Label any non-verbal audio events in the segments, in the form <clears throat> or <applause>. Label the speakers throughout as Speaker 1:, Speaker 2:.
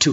Speaker 1: to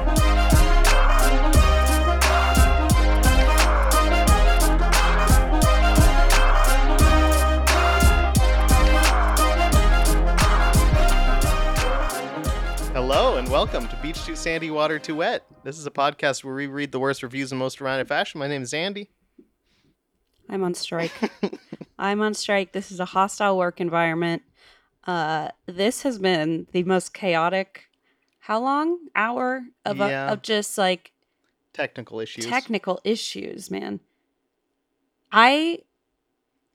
Speaker 2: Hello and welcome to Beach Too Sandy, Water Too Wet. This is a podcast where we read the worst reviews and most around in fashion. My name is Andy.
Speaker 3: I'm
Speaker 2: <laughs>
Speaker 3: on strike. I'm on strike. This is a hostile work environment. Uh, this has been the most chaotic. How long? Hour of a-
Speaker 2: Yeah.
Speaker 3: of just like
Speaker 2: Technical issues.
Speaker 3: technical issues, man. I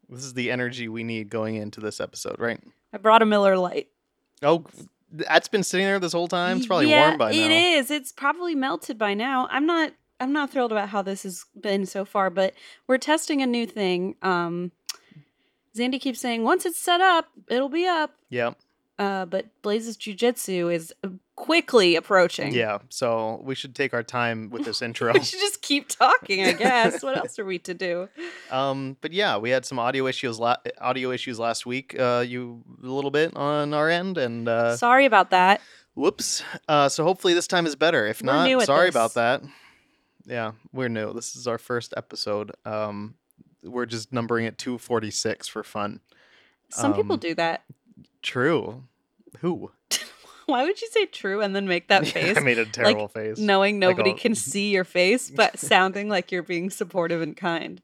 Speaker 2: this is the energy we need going into this episode, right?
Speaker 3: I brought a Miller Light.
Speaker 2: Oh, that's been sitting there this whole time. Uh, It's probably
Speaker 3: Yeah,
Speaker 2: warm by now.
Speaker 3: It is. It's probably melted by now. I'm not I'm not thrilled about how this has been so far, but we're testing a new thing. Um Zandy keeps saying once it's set up, it'll be up.
Speaker 2: Yeah,
Speaker 3: Uh, but Blaze's jujitsu is uh, quickly approaching.
Speaker 2: yeah. So we should take our time with this intro.
Speaker 3: <laughs> We should just keep talking, I guess. what else are we to do?
Speaker 2: um, but yeah, we had some audio issues. La- audio issues last week. Uh, you a little bit on our end, and <laughs> uh,
Speaker 3: Sorry about that.
Speaker 2: whoops. Uh, so hopefully this time is better. If
Speaker 3: We're
Speaker 2: not,
Speaker 3: new at
Speaker 2: sorry
Speaker 3: this.
Speaker 2: about that. Yeah, we're new. This is our first episode. Um, we're just numbering it 246 for fun.
Speaker 3: Some people
Speaker 2: Um,
Speaker 3: do that.
Speaker 2: True. Who?
Speaker 3: Why would you say true and then make
Speaker 2: <laughs>
Speaker 3: that
Speaker 2: Yeah,
Speaker 3: face?
Speaker 2: I made a terrible face. Like
Speaker 3: knowing nobody
Speaker 2: all- <laughs>
Speaker 3: can see your face, but sounding like you're being supportive and kind.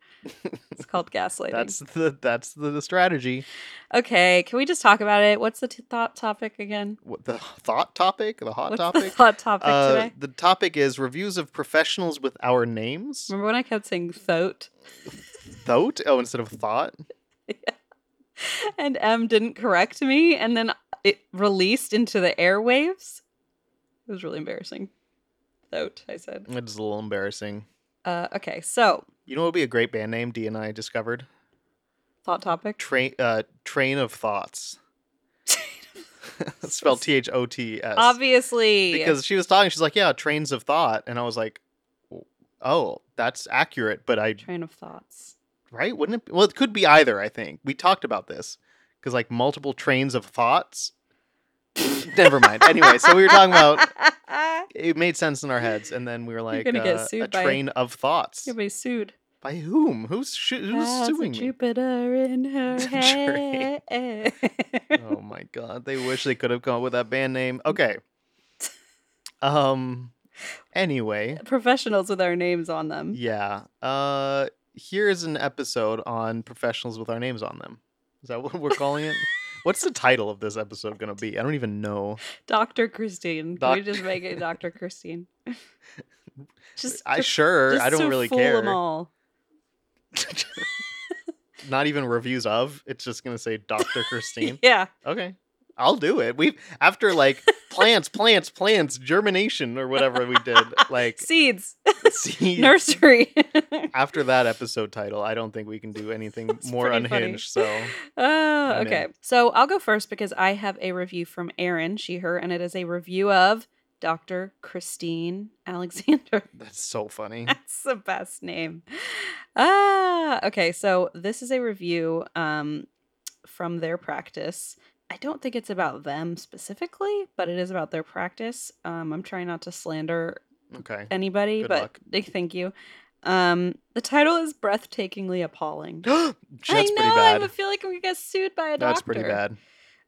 Speaker 3: It's called gaslighting.
Speaker 2: That's the that's the, the strategy.
Speaker 3: Okay, can we just talk about it? What's the t- thought topic again?
Speaker 2: What the thought topic? The hot
Speaker 3: What's the
Speaker 2: topic?
Speaker 3: thought topic
Speaker 2: Uh,
Speaker 3: today?
Speaker 2: the topic is reviews of professionals with our names.
Speaker 3: Remember when I kept saying thoat
Speaker 2: Thought? Oh, instead of thought.
Speaker 3: and M didn't correct me and then it released into the airwaves? It was really embarrassing. Thoat, I said.
Speaker 2: It's a little embarrassing.
Speaker 3: Uh, okay, so
Speaker 2: You know what would be a great band name? D and I discovered
Speaker 3: thought topic.
Speaker 2: train uh, train of thoughts. <laughs> Spelled T H O T E S.
Speaker 3: Obviously,
Speaker 2: because she was talking she's like yeah trains of thought and i was like oh that's accurate but i
Speaker 3: train
Speaker 2: <laughs>
Speaker 3: of thoughts.
Speaker 2: right wouldn't it be? well it could be either i think we talked about this because like multiple trains of
Speaker 3: <laughs>
Speaker 2: thoughts never mind anyway so we were talking about it made sense in our heads and then we were like
Speaker 3: gonna get
Speaker 2: uh, a
Speaker 3: sued by-
Speaker 2: train of thoughts
Speaker 3: You'll be sued.
Speaker 2: by whom who's sh- who's
Speaker 3: Has
Speaker 2: suing me
Speaker 3: Jupiter
Speaker 2: <laughs>
Speaker 3: in her
Speaker 2: Train.
Speaker 3: head.
Speaker 2: <laughs> oh my god they wish they could have come up with that band name okay um anyway
Speaker 3: Professionals with our names on them.
Speaker 2: Yeah. Uh here's an episode on professionals with our names on them. Is that what we're calling
Speaker 3: <laughs>
Speaker 2: it? What's the title of this episode going to be? I don't even know.
Speaker 3: Dr. Christine. Can we
Speaker 2: Doc-
Speaker 3: just make it
Speaker 2: <laughs>
Speaker 3: Dr. Christine? just
Speaker 2: I
Speaker 3: just-
Speaker 2: sure,
Speaker 3: just
Speaker 2: I don't
Speaker 3: to
Speaker 2: really
Speaker 3: fool
Speaker 2: care.
Speaker 3: 'em all.
Speaker 2: Not even reviews of. It's just going to say Dr. Christine.
Speaker 3: <laughs> Yeah.
Speaker 2: Okay. I'll do it. We have after
Speaker 3: <laughs>
Speaker 2: like plants, plants, plants, germination or whatever we did.
Speaker 3: <laughs>
Speaker 2: Like <laughs>
Speaker 3: Seeds.
Speaker 2: see
Speaker 3: Nursery. <laughs>
Speaker 2: after that episode title, I don't think we can do anything
Speaker 3: That's
Speaker 2: more
Speaker 3: pretty funny.
Speaker 2: unhinged.
Speaker 3: <laughs>
Speaker 2: So
Speaker 3: Oh,
Speaker 2: I'm in.
Speaker 3: okay. So I'll go first because I have a review from Erin, she, her, and it is a review of Dr. Christine Alexander. <laughs>
Speaker 2: that's so funny.
Speaker 3: That's the best name. Ah, okay. So this is a review um, from their practice. I don't think it's about them specifically, but it is about their practice. Um, I'm trying not to slander
Speaker 2: Okay.
Speaker 3: anybody,
Speaker 2: Good
Speaker 3: but
Speaker 2: luck.
Speaker 3: th- <laughs> thank you. Um, the title is breathtakingly appalling.
Speaker 2: <gasps> That's
Speaker 3: I
Speaker 2: pretty
Speaker 3: know.
Speaker 2: bad.
Speaker 3: I feel like we get sued by a doctor.
Speaker 2: That's pretty bad.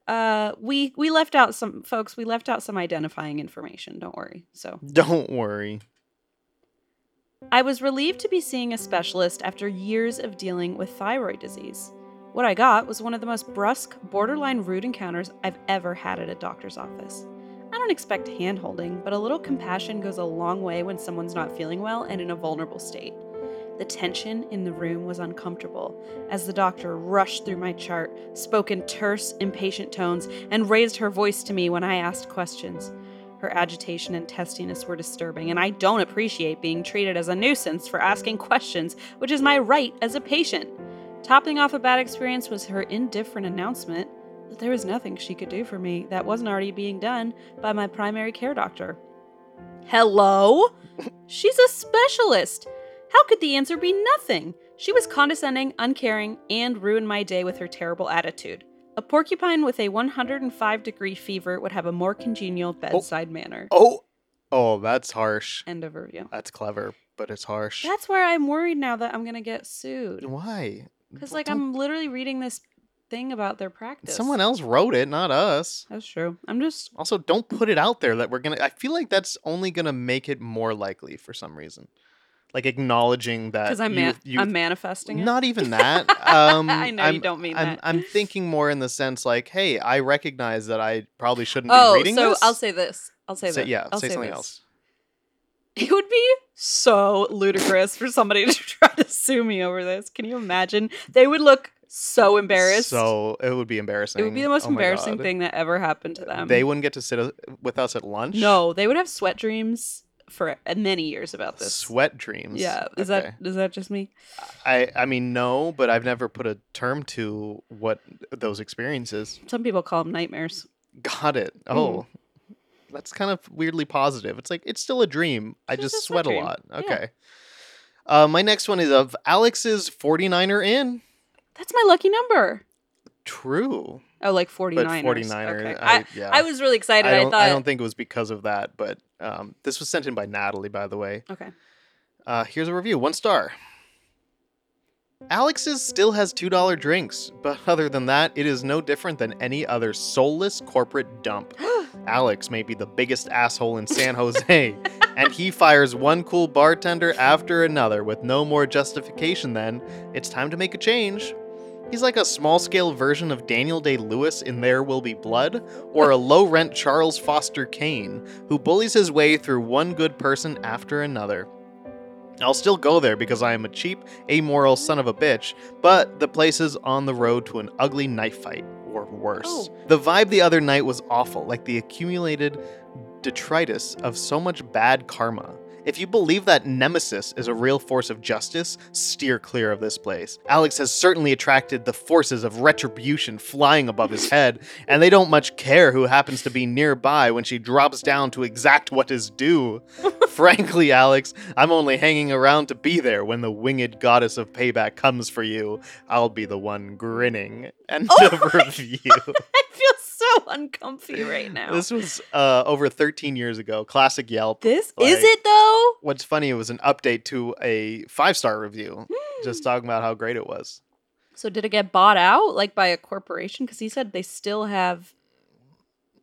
Speaker 3: Uh, we we left out some folks. We left out some identifying information. Don't worry. So
Speaker 2: Don't worry.
Speaker 3: I was relieved to be seeing a specialist after years of dealing with thyroid disease. What I got was one of the most brusque, borderline rude encounters I've ever had at a doctor's office. I don't expect hand holding, but a little compassion goes a long way when someone's not feeling well and in a vulnerable state. The tension in the room was uncomfortable as the doctor rushed through my chart, spoke in terse, impatient tones, and raised her voice to me when I asked questions. Her agitation and testiness were disturbing, and I don't appreciate being treated as a nuisance for asking questions, which is my right as a patient. Topping off a bad experience was her indifferent announcement that there was nothing she could do for me that wasn't already being done by my primary care doctor. Hello? She's a specialist. How could the answer be nothing? She was condescending, uncaring, and ruined my day with her terrible attitude. A porcupine with a 105 degree fever would have a more congenial bedside manner.
Speaker 2: Oh, oh, that's harsh.
Speaker 3: End of review.
Speaker 2: That's clever, but it's harsh.
Speaker 3: That's where I'm worried now that I'm going to get sued.
Speaker 2: Why?
Speaker 3: Because,
Speaker 2: Well,
Speaker 3: like,
Speaker 2: don't-
Speaker 3: I'm literally reading this thing about their practice.
Speaker 2: someone else wrote it, not us.
Speaker 3: That's true. I'm just.
Speaker 2: Also, don't put it out there that we're gonna. I feel like that's only gonna make it more likely for some reason. Like acknowledging that
Speaker 3: Because I'm,
Speaker 2: Uh, you-
Speaker 3: man-
Speaker 2: you-
Speaker 3: I'm manifesting it.
Speaker 2: not even that. Um,
Speaker 3: <laughs> I know
Speaker 2: I'm,
Speaker 3: you don't mean
Speaker 2: I'm,
Speaker 3: that.
Speaker 2: I'm thinking more in the sense like, hey, I recognize that I probably shouldn't be
Speaker 3: oh,
Speaker 2: reading
Speaker 3: so
Speaker 2: this.
Speaker 3: I'll say this. I'll say,
Speaker 2: Say-
Speaker 3: this.
Speaker 2: yeah,
Speaker 3: I'll
Speaker 2: say something
Speaker 3: this.
Speaker 2: else.
Speaker 3: <laughs> It would be so ludicrous for somebody <laughs> to try to sue me over this. Can you imagine? They would look so embarrassed.
Speaker 2: So it would be embarrassing.
Speaker 3: it would be the most
Speaker 2: Oh my
Speaker 3: embarrassing
Speaker 2: God.
Speaker 3: thing that ever happened to them.
Speaker 2: They wouldn't get to sit uh, with us at lunch.
Speaker 3: no, they would have sweat dreams for uh, many years about this.
Speaker 2: sweat dreams.
Speaker 3: Yeah, is
Speaker 2: Okay.
Speaker 3: that is that just me?
Speaker 2: I I mean no, but I've never put a term to what those experiences.
Speaker 3: Some people call them nightmares.
Speaker 2: Got it.
Speaker 3: Hmm.
Speaker 2: Oh. That's kind of weirdly positive. It's like it's still a dream. I
Speaker 3: It's
Speaker 2: just,
Speaker 3: a
Speaker 2: sweat
Speaker 3: sweat
Speaker 2: a
Speaker 3: dream.
Speaker 2: lot.
Speaker 3: Yeah.
Speaker 2: Okay. Uh, my next one is of Alex's 49er Inn.
Speaker 3: That's my lucky number.
Speaker 2: True.
Speaker 3: Oh, like 49ers.
Speaker 2: But 49er.
Speaker 3: Okay.
Speaker 2: I,
Speaker 3: I,
Speaker 2: yeah.
Speaker 3: I was really excited.
Speaker 2: I
Speaker 3: I,
Speaker 2: don't,
Speaker 3: thought.
Speaker 2: I don't think it was because of that, but um, this was sent in by Natalie, by the way.
Speaker 3: okay.
Speaker 2: Uh, here's a review. One star. Alex's still has $2 drinks, but other than that, it is no different than any other soulless corporate dump. Alex may be the biggest asshole in San Jose, and he fires one cool bartender after another with no more justification than it's time to make a change. He's like a small scale version of Daniel Day Lewis in There Will Be Blood, or a low rent Charles Foster Kane, who bullies his way through one good person after another. I'll still go there because I am a cheap, amoral son of a bitch, but the place is on the road to an ugly knife fight, or worse.
Speaker 3: Oh.
Speaker 2: The vibe the other night was awful, like the accumulated detritus of so much bad karma. If you believe that Nemesis is a real force of justice, steer clear of this place. Alex has certainly attracted the forces of retribution flying above his head, and they don't much care who happens to be nearby when she drops down to exact what is due. Frankly, Alex, I'm only hanging around to be there when the winged goddess of payback comes for you. I'll be the one grinning. End
Speaker 3: Oh
Speaker 2: of review.
Speaker 3: I feel so uncomfy right now.
Speaker 2: This was
Speaker 3: This,
Speaker 2: uh, over 13 years ago. Classic Yelp.
Speaker 3: is
Speaker 2: like-
Speaker 3: it though.
Speaker 2: What's funny, it was an update to a five star review,
Speaker 3: Hmm.
Speaker 2: just talking about how great it was.
Speaker 3: So did it get bought out like by a corporation? Because he said they still have.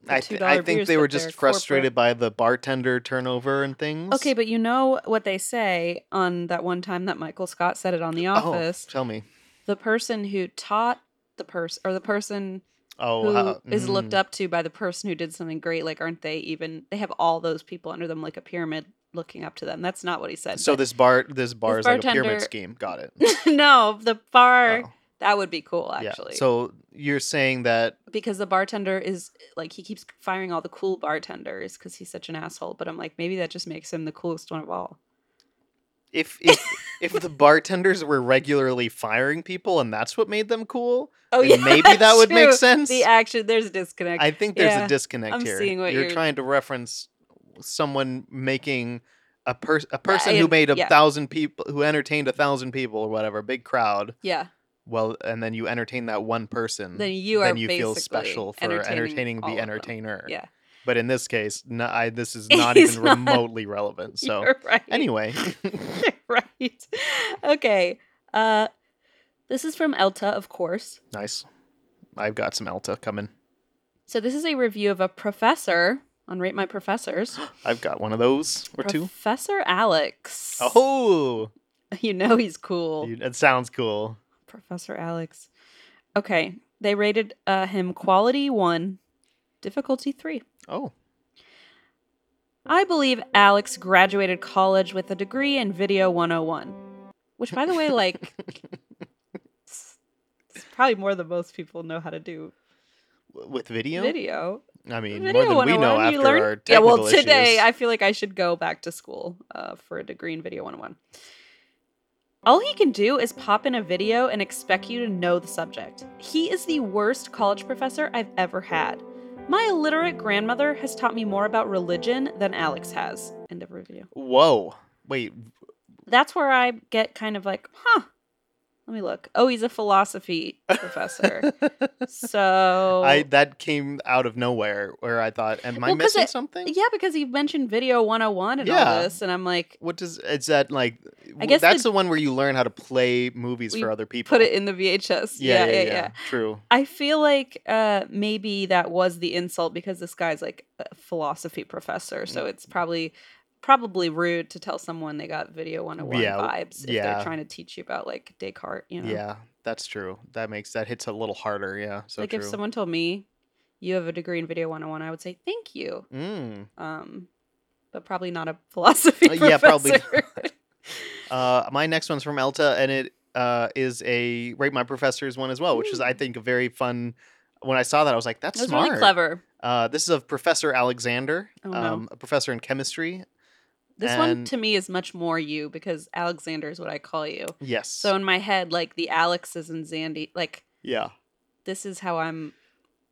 Speaker 3: The
Speaker 2: I, th-
Speaker 3: $2
Speaker 2: I think
Speaker 3: beers,
Speaker 2: they were
Speaker 3: but they're
Speaker 2: just
Speaker 3: corporate.
Speaker 2: frustrated by the bartender turnover and things.
Speaker 3: Okay, but you know what they say on that one time that Michael Scott said it on The
Speaker 2: Oh,
Speaker 3: Office.
Speaker 2: tell me.
Speaker 3: The person who taught the person, or the person who
Speaker 2: Oh,
Speaker 3: is
Speaker 2: how-
Speaker 3: looked
Speaker 2: mm.
Speaker 3: up to by the person who did something great, like aren't they even? They have all those people under them, like a pyramid looking up to them. That's not what he said.
Speaker 2: So
Speaker 3: but-
Speaker 2: this bar, this bar
Speaker 3: This
Speaker 2: is like a pyramid
Speaker 3: bartender-
Speaker 2: scheme. Got it.
Speaker 3: <laughs> no, the bar
Speaker 2: Oh,
Speaker 3: that would be cool
Speaker 2: yeah.
Speaker 3: actually.
Speaker 2: So you're saying that
Speaker 3: because the bartender is like he keeps firing all the cool bartenders because he's such an asshole. But I'm like, maybe that just makes him the coolest one of all.
Speaker 2: if if, if the bartenders were regularly firing people and that's what made them cool,
Speaker 3: <laughs> Oh
Speaker 2: then maybe that would make sense.
Speaker 3: The action, there's a disconnect.
Speaker 2: I think there's
Speaker 3: Yeah,
Speaker 2: a disconnect
Speaker 3: I'm
Speaker 2: here.
Speaker 3: seeing what
Speaker 2: you're,
Speaker 3: you're-
Speaker 2: trying to reference someone making a person a person who
Speaker 3: am-
Speaker 2: made a
Speaker 3: yeah.
Speaker 2: thousand people who entertained a thousand people or whatever, a big crowd.
Speaker 3: yeah,
Speaker 2: Well, and then you entertain that one person.
Speaker 3: then you are
Speaker 2: then you feel
Speaker 3: basically
Speaker 2: special for entertaining,
Speaker 3: all of
Speaker 2: the
Speaker 3: them.
Speaker 2: entertainer.
Speaker 3: Yeah, <laughs>
Speaker 2: But in this case, no, I, this is not
Speaker 3: He's
Speaker 2: even
Speaker 3: not-
Speaker 2: remotely
Speaker 3: <laughs>
Speaker 2: relevant. So
Speaker 3: You're right. <laughs>
Speaker 2: anyway,
Speaker 3: You're right. Okay. Uh, this is from Elta, of course.
Speaker 2: nice. I've got some Elta coming.
Speaker 3: So this is a review of a professor on Rate
Speaker 2: <gasps>
Speaker 3: My Professors.
Speaker 2: I've got one of those or two.
Speaker 3: Professor Alex.
Speaker 2: Oh,
Speaker 3: <laughs> you know he's cool.
Speaker 2: you- that sounds cool.
Speaker 3: Professor Alex. Okay. They rated uh, him quality one, difficulty three.
Speaker 2: Oh, <laughs>
Speaker 3: I believe Alex graduated college with a degree in Video 101, which, by the
Speaker 2: <laughs>
Speaker 3: way, like, it's, it's probably more than most people know how to do
Speaker 2: w- with video.
Speaker 3: video.
Speaker 2: I mean,
Speaker 3: Video
Speaker 2: more than we know
Speaker 3: 101,
Speaker 2: after
Speaker 3: you learn-
Speaker 2: our
Speaker 3: yeah,
Speaker 2: technical
Speaker 3: well, today
Speaker 2: issues.
Speaker 3: I feel like I should go back to school uh, for a degree in Video 101. All he can do is pop in a video and expect you to know the subject. He is the worst college professor I've ever had. My illiterate grandmother has taught me more about religion than Alex has. End of review.
Speaker 2: Whoa! Wait,
Speaker 3: That's where I get kind of like, huh. Let me look. Oh, he's
Speaker 2: <laughs>
Speaker 3: a philosophy professor. so
Speaker 2: I that came out of nowhere where I thought, am I
Speaker 3: Well, 'cause
Speaker 2: missing
Speaker 3: it-
Speaker 2: something?
Speaker 3: Yeah, because he mentioned video 101 and all
Speaker 2: Yeah.
Speaker 3: this, and I'm like,
Speaker 2: What does is that like? w-
Speaker 3: guess
Speaker 2: that's
Speaker 3: the-
Speaker 2: the, one where you learn how to play movies
Speaker 3: We
Speaker 2: for other people.
Speaker 3: put it in the VHS. Yeah yeah, yeah,
Speaker 2: True.
Speaker 3: I feel like uh, maybe that was the insult because this guy's like a philosophy professor,
Speaker 2: Mm.
Speaker 3: so it's probably probably rude to tell someone they got video 101
Speaker 2: Yeah, w-
Speaker 3: vibes if they're
Speaker 2: yeah.
Speaker 3: trying to teach you about like Descartes, you know.
Speaker 2: Yeah, that's true. That makes that hits a little harder. Yeah, so
Speaker 3: like
Speaker 2: true.
Speaker 3: if someone told me you have a degree in video 101, I would say thank you.
Speaker 2: Mm.
Speaker 3: Um but probably not a <laughs> philosophy
Speaker 2: Uh,
Speaker 3: professor.
Speaker 2: yeah, probably
Speaker 3: <laughs>
Speaker 2: Uh, my next one's from Elta, and it uh, is a rate my professor's one as well, which is I think a very fun. When I saw that, I was like, "That's
Speaker 3: That's
Speaker 2: smart."
Speaker 3: really clever.
Speaker 2: Uh, this is of Professor Alexander,
Speaker 3: Oh, no.
Speaker 2: um, a professor in chemistry.
Speaker 3: This one
Speaker 2: And-
Speaker 3: to me is much more you because Alexander is what I call you.
Speaker 2: Yes.
Speaker 3: So in my head, like the Alexes and Zandy, like
Speaker 2: yeah.
Speaker 3: this is how I'm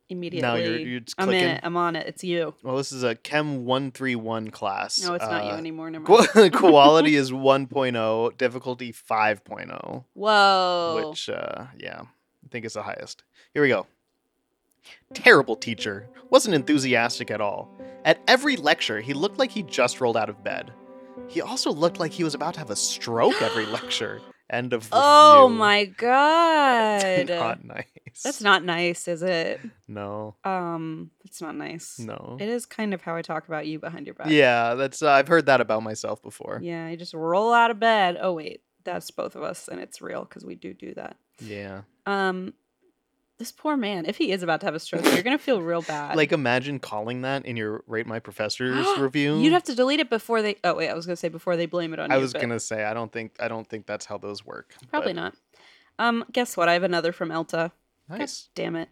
Speaker 3: immediately.
Speaker 2: Now you're you're just
Speaker 3: I'm
Speaker 2: clicking.
Speaker 3: in it. I'm on it. It's you.
Speaker 2: Well, this is a Chem 131 class.
Speaker 3: No, it's not you
Speaker 2: Uh,
Speaker 3: anymore. Never mind.
Speaker 2: <laughs>
Speaker 3: <laughs>
Speaker 2: qu- quality is 1.0, difficulty 5.0,
Speaker 3: Whoa.
Speaker 2: which, uh, yeah, I think is the highest. Here we go. Terrible teacher. Wasn't enthusiastic at all. At every lecture, he looked like he just rolled out of bed. He also looked like he was about to have a stroke
Speaker 3: <gasps>
Speaker 2: every lecture. End of
Speaker 3: oh
Speaker 2: review.
Speaker 3: my
Speaker 2: <laughs>
Speaker 3: god.
Speaker 2: Not nice.
Speaker 3: uh, That's not nice, is it?
Speaker 2: <laughs> No,
Speaker 3: Um, it's not nice.
Speaker 2: no.
Speaker 3: It is kind of how I talk about you behind your back.
Speaker 2: Yeah, that's. Uh, I've heard that about myself before.
Speaker 3: Yeah. You just roll out of bed. Oh wait, that's both of us, and it's real because we do do that.
Speaker 2: yeah.
Speaker 3: Um, this poor man. If he is about to have a stroke, you're gonna feel real bad.
Speaker 2: Like imagine calling that in your rate my professor's review.
Speaker 3: <gasps> You'd have to delete it before they. Oh wait, I was gonna say before they blame it on
Speaker 2: I
Speaker 3: you.
Speaker 2: was
Speaker 3: but
Speaker 2: gonna say I don't think I don't think that's how those work.
Speaker 3: Probably not. Um, guess what? I have another from Elta.
Speaker 2: not.
Speaker 3: God
Speaker 2: Nice.
Speaker 3: damn it.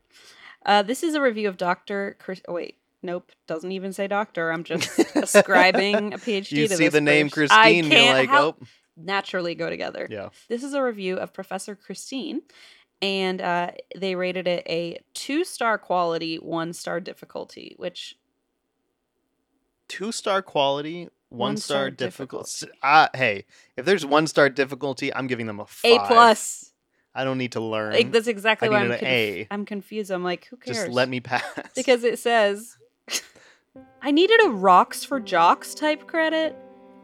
Speaker 3: Uh, this is a review of Doctor. Chris- oh, wait, nope. Doesn't even say doctor. I'm just
Speaker 2: <laughs>
Speaker 3: ascribing a PhD.
Speaker 2: You
Speaker 3: to
Speaker 2: see
Speaker 3: this
Speaker 2: the name
Speaker 3: person. I
Speaker 2: Christine, you're
Speaker 3: can't
Speaker 2: like,
Speaker 3: help-
Speaker 2: oh,
Speaker 3: naturally go together.
Speaker 2: yeah.
Speaker 3: This is a review of Professor Christine, and uh, they rated it a two star quality, one star difficulty, which
Speaker 2: Two star quality, one,
Speaker 3: One
Speaker 2: star,
Speaker 3: star
Speaker 2: difficulty. Uh, hey, if there's one star difficulty, I'm giving them a
Speaker 3: A
Speaker 2: five.
Speaker 3: plus.
Speaker 2: I don't need to learn.
Speaker 3: Like that's exactly
Speaker 2: I
Speaker 3: why I'm
Speaker 2: needed
Speaker 3: conf-
Speaker 2: an A.
Speaker 3: I'm confused. I'm like, who cares?
Speaker 2: Just let me pass. <laughs>
Speaker 3: because it says I needed a rocks for jocks type credit.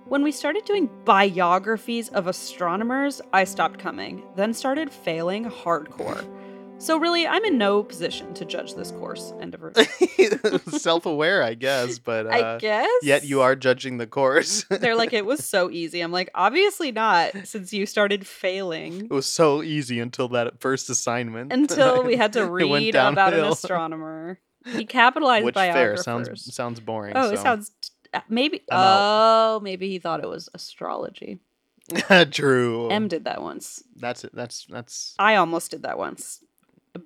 Speaker 3: When we started doing biographies of astronomers, I stopped coming, then started failing hardcore. So really, I'm in no position to judge this course. End
Speaker 2: <laughs>
Speaker 3: of review.
Speaker 2: self aware, I guess, but uh,
Speaker 3: I guess.
Speaker 2: yet you
Speaker 3: <laughs>
Speaker 2: are judging the course. <laughs> it
Speaker 3: They're like, it was so easy. I'm like, obviously not, since you
Speaker 2: <laughs>
Speaker 3: started failing
Speaker 2: was so easy until that first assignment.
Speaker 3: until we had to
Speaker 2: <laughs> It went
Speaker 3: read about an
Speaker 2: downhill.
Speaker 3: astronomer. He
Speaker 2: <laughs>
Speaker 3: capitalized
Speaker 2: Which fair
Speaker 3: biographers.
Speaker 2: sounds sounds boring.
Speaker 3: Oh, it
Speaker 2: so.
Speaker 3: sounds uh, maybe.
Speaker 2: I'm out.
Speaker 3: oh, maybe he thought it was astrology.
Speaker 2: <laughs> True.
Speaker 3: M did that once.
Speaker 2: That's it. That's that's.
Speaker 3: I almost did that once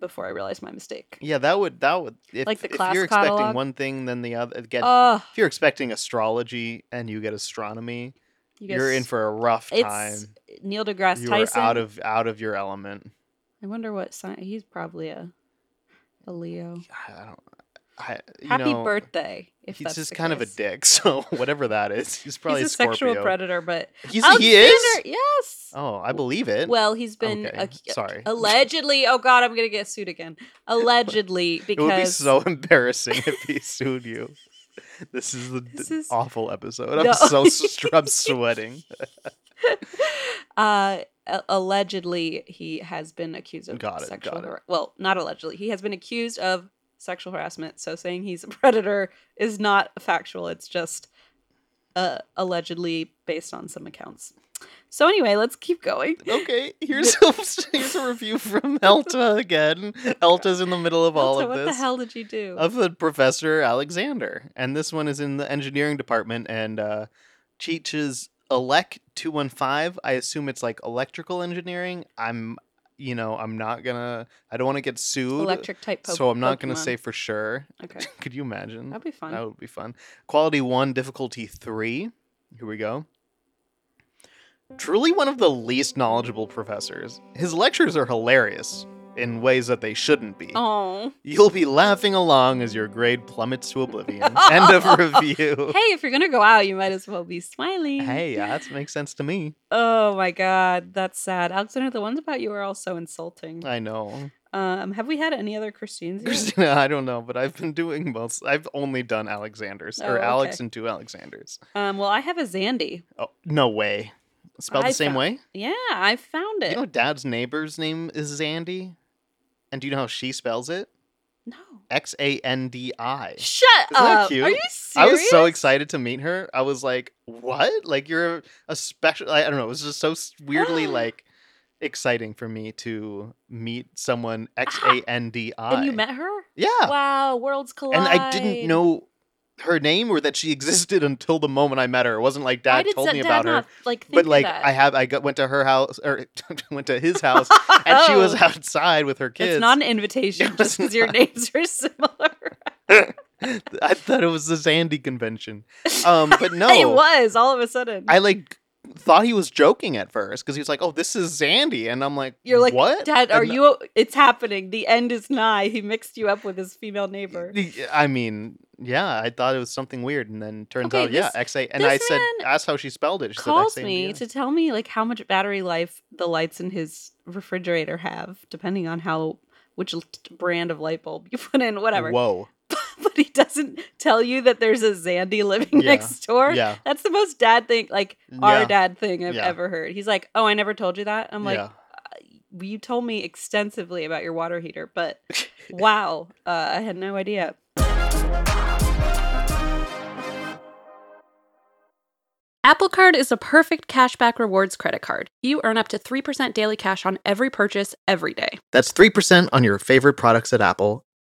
Speaker 3: before I realized my mistake.
Speaker 2: Yeah, that would that would if,
Speaker 3: Like the
Speaker 2: if
Speaker 3: class
Speaker 2: you're
Speaker 3: catalog?
Speaker 2: expecting one thing, then the other. Get
Speaker 3: Oh,
Speaker 2: if you're expecting astrology and you get astronomy,
Speaker 3: you
Speaker 2: you are in
Speaker 3: guys-
Speaker 2: for a rough
Speaker 3: it's
Speaker 2: time.
Speaker 3: Neil deGrasse
Speaker 2: You are
Speaker 3: Tyson.
Speaker 2: out of out of your element.
Speaker 3: I wonder what sign. He's probably a a Leo.
Speaker 2: I I don't. I, you
Speaker 3: Happy
Speaker 2: know,
Speaker 3: birthday! If
Speaker 2: he's
Speaker 3: that's
Speaker 2: just
Speaker 3: the
Speaker 2: kind of a
Speaker 3: case.
Speaker 2: dick, <laughs> so whatever that is, he's probably
Speaker 3: he's a sexual
Speaker 2: Scorpio.
Speaker 3: predator, but
Speaker 2: He's, he is.
Speaker 3: Alexander- Yes.
Speaker 2: Oh, I believe it.
Speaker 3: Well, uh, he's been
Speaker 2: Okay,
Speaker 3: ac-
Speaker 2: sorry.
Speaker 3: allegedly. Oh God, I'm gonna get
Speaker 2: <laughs>
Speaker 3: sued again. Allegedly,
Speaker 2: it would be
Speaker 3: because
Speaker 2: so <laughs> embarrassing if
Speaker 3: <laughs>
Speaker 2: he sued you. This is the
Speaker 3: This
Speaker 2: d-
Speaker 3: is-
Speaker 2: awful episode.
Speaker 3: No.
Speaker 2: I'm
Speaker 3: <laughs>
Speaker 2: so str- I'm sweating.
Speaker 3: uh a- allegedly he has been accused of
Speaker 2: Got it,
Speaker 3: sexual
Speaker 2: got it.
Speaker 3: har- well not allegedly he has been accused of sexual harassment so saying he's a predator is not factual it's just uh allegedly based on some accounts So anyway, let's keep going.
Speaker 2: Okay, here's <laughs> a, here's a review from Elta
Speaker 3: <laughs>
Speaker 2: again. Elta's in the middle of all
Speaker 3: Elsa,
Speaker 2: of
Speaker 3: what
Speaker 2: this.
Speaker 3: the hell did you do?
Speaker 2: of the professor Alexander, and this one is in the engineering department, and uh, teaches elec two one five. I assume it's like electrical engineering. I'm, you know, I'm not gonna. I don't want to get sued,
Speaker 3: Electric type Pokemon.
Speaker 2: so I'm not gonna say for sure. <laughs>
Speaker 3: Okay.
Speaker 2: Could you imagine?
Speaker 3: That'd be fun.
Speaker 2: That would be fun. Quality one, difficulty three. Here we go. Truly one of the least knowledgeable professors. His lectures are hilarious in ways that they shouldn't be.
Speaker 3: Oh.
Speaker 2: You'll be laughing along as your grade plummets to oblivion. End
Speaker 3: <laughs>
Speaker 2: of review.
Speaker 3: Hey, if you're gonna go out, you might as well be smiling.
Speaker 2: Hey, yeah, that makes sense to me.
Speaker 3: Oh my god, that's sad. Alexander, the ones about you are all so insulting.
Speaker 2: I
Speaker 3: <laughs>
Speaker 2: know.
Speaker 3: Um, have we had any other
Speaker 2: <laughs>
Speaker 3: Christines? yet?
Speaker 2: Christina, I don't know, but I've been doing most. I've only done Alexander's,
Speaker 3: Oh,
Speaker 2: or Alex
Speaker 3: okay.
Speaker 2: and two Alexanders.
Speaker 3: Um, well, I have a Zandy.
Speaker 2: Oh, no way. Spelled
Speaker 3: I
Speaker 2: the same
Speaker 3: found
Speaker 2: way?
Speaker 3: Yeah, I found
Speaker 2: You
Speaker 3: it.
Speaker 2: know, dad's neighbor's name is Zandy? And do you know how she spells it?
Speaker 3: No.
Speaker 2: X A N D I.
Speaker 3: Shut
Speaker 2: Isn't that
Speaker 3: up.
Speaker 2: cute?
Speaker 3: Are you serious?
Speaker 2: I was so excited to meet her. I was like, "What? Like you're a special?" I I don't know. It was just so s-
Speaker 3: <gasps>
Speaker 2: weirdly like exciting for me to meet someone
Speaker 3: <gasps>
Speaker 2: X A N D I.
Speaker 3: And you met her?
Speaker 2: yeah,
Speaker 3: Wow, worlds collide.
Speaker 2: and I didn't know her name or that she existed until the moment I met her. It wasn't like
Speaker 3: Why
Speaker 2: Dad
Speaker 3: did
Speaker 2: told
Speaker 3: Sa-
Speaker 2: me
Speaker 3: Dad
Speaker 2: about her,
Speaker 3: not, like, think
Speaker 2: but
Speaker 3: of
Speaker 2: like
Speaker 3: that?
Speaker 2: I have, I got, went to her house or <laughs> went to his
Speaker 3: <laughs>
Speaker 2: house, and she was
Speaker 3: Oh.
Speaker 2: outside with her kids.
Speaker 3: It's not an invitation
Speaker 2: It
Speaker 3: just
Speaker 2: was
Speaker 3: because your
Speaker 2: not.
Speaker 3: names are <laughs> similar.
Speaker 2: <laughs> I thought it was the Sandy convention, um,
Speaker 3: <laughs>
Speaker 2: but no,
Speaker 3: it was all of a sudden.
Speaker 2: I like thought he was joking at first because he was like, "Oh, this is Zandy," and I'm like,
Speaker 3: You're like,
Speaker 2: what?
Speaker 3: Dad, are
Speaker 2: And <laughs>
Speaker 3: you? It's happening. The end is nigh. He mixed you up with his female neighbor.
Speaker 2: the- I mean, yeah, I thought it was something weird, and then turns
Speaker 3: Okay,
Speaker 2: out, yeah,
Speaker 3: this-
Speaker 2: X A. And
Speaker 3: this
Speaker 2: I said,
Speaker 3: man
Speaker 2: asked how she spelled it. She
Speaker 3: Calls
Speaker 2: said,
Speaker 3: me
Speaker 2: "X-A-N-D-I."
Speaker 3: to tell me like how much battery life the lights in his refrigerator have, depending on how which l- brand of light bulb you <laughs> put in, whatever.
Speaker 2: Whoa,
Speaker 3: but he doesn't tell you that there's a Zandy living
Speaker 2: Yeah.
Speaker 3: next door.
Speaker 2: yeah,
Speaker 3: That's the most dad thing, like our
Speaker 2: Yeah.
Speaker 3: dad thing I've
Speaker 2: Yeah.
Speaker 3: ever heard. He's like, "Oh, I never told you that." I'm like,
Speaker 2: yeah.
Speaker 3: "You told me extensively about your water heater, but wow, uh, I had no idea."
Speaker 4: Apple Card is a perfect cashback rewards credit card. You earn up to 3% daily cash on every purchase every day.
Speaker 2: That's three percent on your favorite products at Apple,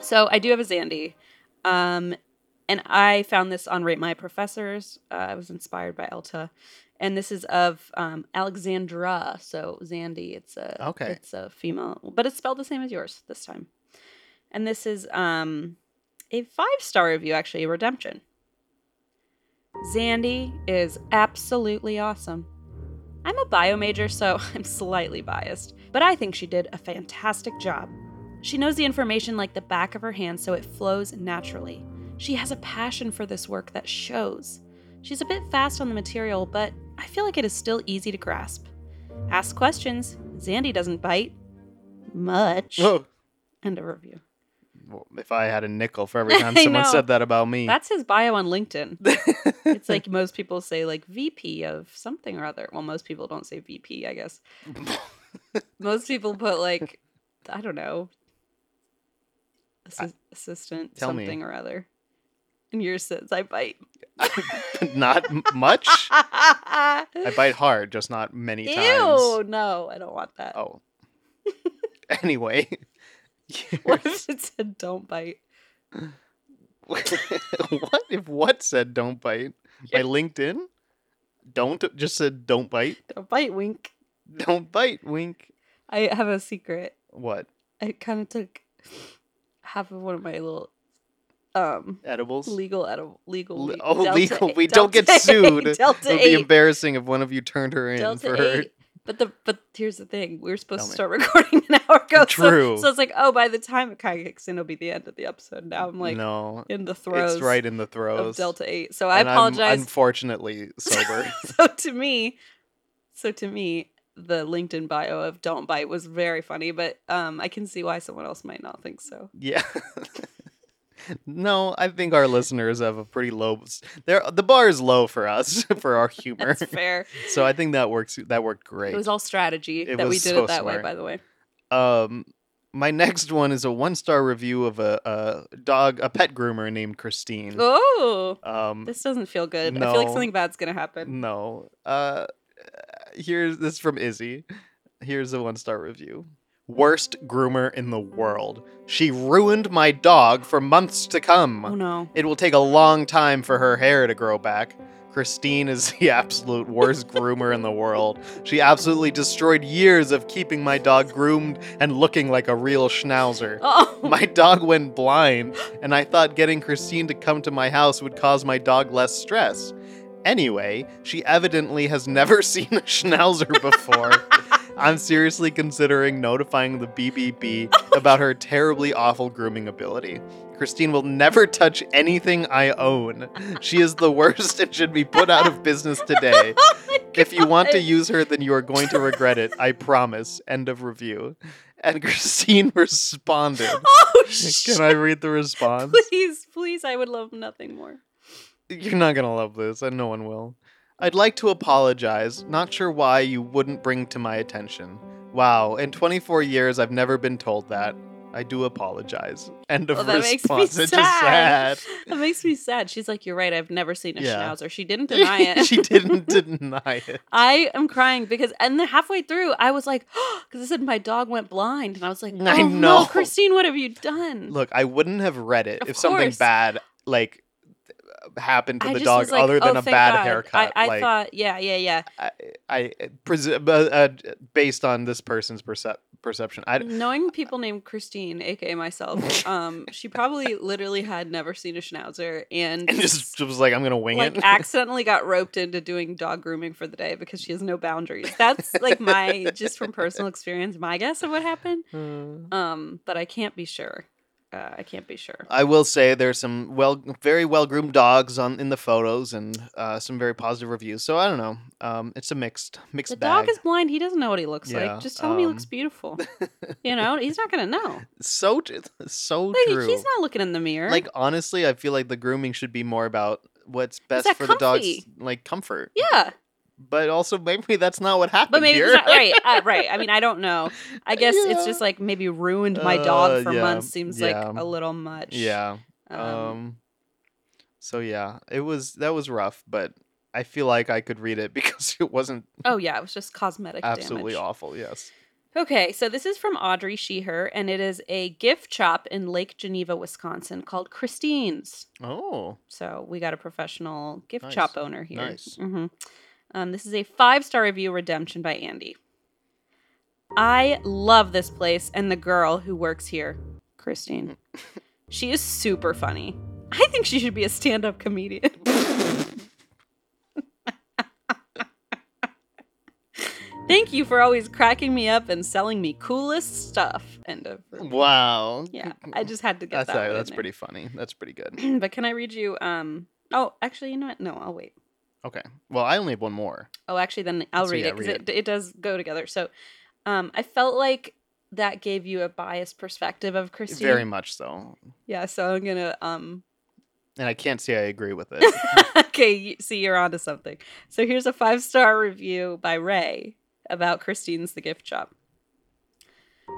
Speaker 3: So I do have a Zandy. Um, and I found this on Rate My Professors. Uh, I was inspired by Elta. And this is of um, Alexandra. So Zandy, it's a
Speaker 2: Okay.
Speaker 3: it's a female, but it's spelled the same as yours this time. And this is um, a five star review, actually, a redemption. Zandy is absolutely awesome. I'm a bio major, so <laughs> I'm slightly biased, but I think she did a fantastic job. She knows the information like the back of her hand, so it flows naturally. She has a passion for this work that shows. She's a bit fast on the material, but I feel like it is still easy to grasp. Ask questions. Zandy doesn't bite. Much.
Speaker 2: Oh.
Speaker 3: End of review.
Speaker 2: Well, if I had a nickel for every time
Speaker 3: <laughs> I
Speaker 2: someone
Speaker 3: know.
Speaker 2: said that about me.
Speaker 3: That's his bio on LinkedIn.
Speaker 2: <laughs>
Speaker 3: it's like most people say like VP of something or other. Well, most people don't say VP, I guess. most people put like I don't know assi- assistant
Speaker 2: tell me.
Speaker 3: something or other. And yours says I bite.
Speaker 2: <laughs> not m- much. I bite hard, just not many
Speaker 3: Ew,
Speaker 2: times.
Speaker 3: no, I don't want that.
Speaker 2: Oh. anyway.
Speaker 3: <laughs> What if it said don't bite?
Speaker 2: <laughs> what if what said don't bite? My LinkedIn? Don't just said don't bite.
Speaker 3: Don't bite, wink.
Speaker 2: Don't bite, wink.
Speaker 3: I have a secret.
Speaker 2: What?
Speaker 3: I kind of took half of one of my little um
Speaker 2: edibles.
Speaker 3: legal edible legal
Speaker 2: Le-
Speaker 3: weed-
Speaker 2: oh,
Speaker 3: Delta
Speaker 2: legal.
Speaker 3: eight-
Speaker 2: We don't get
Speaker 3: Delta eight-
Speaker 2: sued.
Speaker 3: Delta
Speaker 2: it would be
Speaker 3: eight.
Speaker 2: embarrassing if one of you turned her in
Speaker 3: Delta
Speaker 2: for her.
Speaker 3: eight. But the but here's the thing: we were supposed
Speaker 2: Tell me.
Speaker 3: to start <laughs> recording an hour ago. so-
Speaker 2: True.
Speaker 3: So, it's like, oh, by the time it kind of kicks in, it'll be the end of the episode. Now I'm like
Speaker 2: no,
Speaker 3: in the throes
Speaker 2: it's right in the
Speaker 3: of
Speaker 2: throes.
Speaker 3: Delta Eight. So I
Speaker 2: And I'm
Speaker 3: apologize. <laughs>
Speaker 2: unfortunately, sober.
Speaker 3: so to me, so to me, the LinkedIn bio of "Don't Bite" was very funny, but um, I can see why someone else might not
Speaker 2: <laughs>
Speaker 3: think so.
Speaker 2: yeah. no, I think our listeners have a pretty low. There, the bar is low for us <laughs> for our humor.
Speaker 3: That's fair.
Speaker 2: So I think that works. That worked great.
Speaker 3: It was all strategy
Speaker 2: It
Speaker 3: that we
Speaker 2: was
Speaker 3: did
Speaker 2: so
Speaker 3: it that way.
Speaker 2: smart.
Speaker 3: By the way,
Speaker 2: Um, my next one is a one star review of a, a dog, a pet groomer named Christine.
Speaker 3: oh,
Speaker 2: Um,
Speaker 3: this doesn't feel good. I feel like
Speaker 2: No.
Speaker 3: something bad's gonna happen.
Speaker 2: no. Uh, here's this is from Izzy. Here's a one star review. Worst groomer in the world. She ruined my dog for months to come.
Speaker 3: Oh no.
Speaker 2: It will take a long time for her hair to grow back. Christine is <laughs> the absolute worst groomer in the world. She absolutely destroyed years of keeping my dog groomed and looking like a real schnauzer.
Speaker 3: <laughs> Oh.
Speaker 2: My dog went blind, and I thought getting Christine to come to my house would cause my dog less stress. Anyway, she evidently has never <laughs> seen a schnauzer
Speaker 3: <laughs>
Speaker 2: before. I'm seriously considering notifying the BBB about her terribly awful grooming ability. Christine will never touch anything I own. She is the worst and should be put out of business today.
Speaker 3: <laughs> Oh my
Speaker 2: If you want to
Speaker 3: God.
Speaker 2: use her, then you are going to regret it. I promise. End of review. And Christine <laughs> responded. <laughs>
Speaker 3: Oh
Speaker 2: Can
Speaker 3: shit.
Speaker 2: I read the response?
Speaker 3: Please, please, I would love nothing more.
Speaker 2: You're not going to love this, and no one will. I'd like to apologize. Not sure why you wouldn't bring to my attention. Wow, in 24 years, I've never been told that. I do apologize. End of
Speaker 3: Well, Oh, that makes me
Speaker 2: response. <laughs>
Speaker 3: sad.
Speaker 2: It's just sad.
Speaker 3: <laughs> That makes me sad. She's like, "You're right. I've never seen a
Speaker 2: Yeah.
Speaker 3: schnauzer."
Speaker 2: <laughs>
Speaker 3: She didn't deny it.
Speaker 2: she didn't deny it.
Speaker 3: <laughs> I am crying because, and then halfway through, I was like, <gasps> because I said my dog went blind, and I was like, oh,
Speaker 2: I
Speaker 3: no,
Speaker 2: know.
Speaker 3: Christine, what have you done?
Speaker 2: Look, I wouldn't have read it
Speaker 3: Of
Speaker 2: if something
Speaker 3: course.
Speaker 2: bad like th- happened to
Speaker 3: I
Speaker 2: the
Speaker 3: just
Speaker 2: dog
Speaker 3: was like,
Speaker 2: other than
Speaker 3: "Oh,
Speaker 2: a
Speaker 3: thank
Speaker 2: bad
Speaker 3: God."
Speaker 2: haircut.
Speaker 3: I, I
Speaker 2: like
Speaker 3: thought, yeah,
Speaker 2: <laughs>
Speaker 3: yeah, yeah.
Speaker 2: I, I pres- uh, uh, based on this person's percep- perception, I,
Speaker 3: Knowing people named Christine, aka myself, um, she probably literally had never seen a schnauzer
Speaker 2: <laughs>
Speaker 3: and,
Speaker 2: and just was like, I'm gonna wing
Speaker 3: like
Speaker 2: it. <laughs>
Speaker 3: accidentally got roped into doing dog grooming for the day because she has no boundaries. That's like my just from personal experience, my guess of what happened.
Speaker 2: Mm.
Speaker 3: Um, but I can't be sure. Uh, I can't be sure.
Speaker 2: I will say there's some well, very well groomed dogs on in the photos, and uh, some very positive reviews. So I don't know. Um, it's a mixed mixed
Speaker 3: The
Speaker 2: bag.
Speaker 3: dog is blind. He doesn't know what he looks
Speaker 2: Yeah,
Speaker 3: like. Just tell him he looks
Speaker 2: um, <laughs>
Speaker 3: beautiful. you know, he's not gonna know.
Speaker 2: so tr- <laughs> so
Speaker 3: Like,
Speaker 2: true.
Speaker 3: he's not looking in the mirror.
Speaker 2: Like honestly, I feel like the grooming should be more about what's best
Speaker 3: that
Speaker 2: for the dog's
Speaker 3: comfy?
Speaker 2: like comfort.
Speaker 3: yeah,
Speaker 2: But also maybe that's not what happened
Speaker 3: but maybe
Speaker 2: here.
Speaker 3: it's not right. Uh, right. I mean, I don't know. I guess it's
Speaker 2: Yeah.
Speaker 3: just like maybe ruined my
Speaker 2: Uh,
Speaker 3: dog for
Speaker 2: yeah,
Speaker 3: months. Seems
Speaker 2: yeah.
Speaker 3: like a little
Speaker 2: <laughs>
Speaker 3: much.
Speaker 2: yeah.
Speaker 3: Um,
Speaker 2: Um, so yeah, it was that was rough, but I feel like I could read it <laughs> because it wasn't
Speaker 3: oh yeah, it was just cosmetic.
Speaker 2: absolutely
Speaker 3: damage.
Speaker 2: awful. Yes.
Speaker 3: Okay, so this is from Audrey Sheher, and it is a gift shop in Lake Geneva, Wisconsin, called Christine's.
Speaker 2: Oh.
Speaker 3: So we got a professional gift
Speaker 2: Nice.
Speaker 3: shop owner here.
Speaker 2: Nice.
Speaker 3: Mhm. Um, this is a five star review redemption by Andy. I love this place and the girl who works here,
Speaker 2: <laughs>
Speaker 3: Christine. she is super funny. I think she should be a stand up comedian. <laughs> Thank you for always cracking me up and selling me coolest stuff. End of. review.
Speaker 2: Wow.
Speaker 3: Mm. Yeah, I just had to get
Speaker 2: That's uh,
Speaker 3: that. one in
Speaker 2: that's
Speaker 3: there.
Speaker 2: pretty funny. That's pretty good.
Speaker 3: <clears throat> but can I read you? Um. Oh, actually, you know what? No, I'll wait.
Speaker 2: Okay. Well, I only have one more.
Speaker 3: Oh, actually, then I'll
Speaker 2: So,
Speaker 3: read
Speaker 2: yeah,
Speaker 3: it 'cause
Speaker 2: read
Speaker 3: it because it, does go together. So, um, I felt like that gave you a biased perspective of Christine.
Speaker 2: Very much so.
Speaker 3: Yeah. So I'm gonna um.
Speaker 2: And I can't say I agree with it.
Speaker 3: <laughs> okay. You, see, you're onto something. So here's a five star review by Ray about Christine's the gift shop.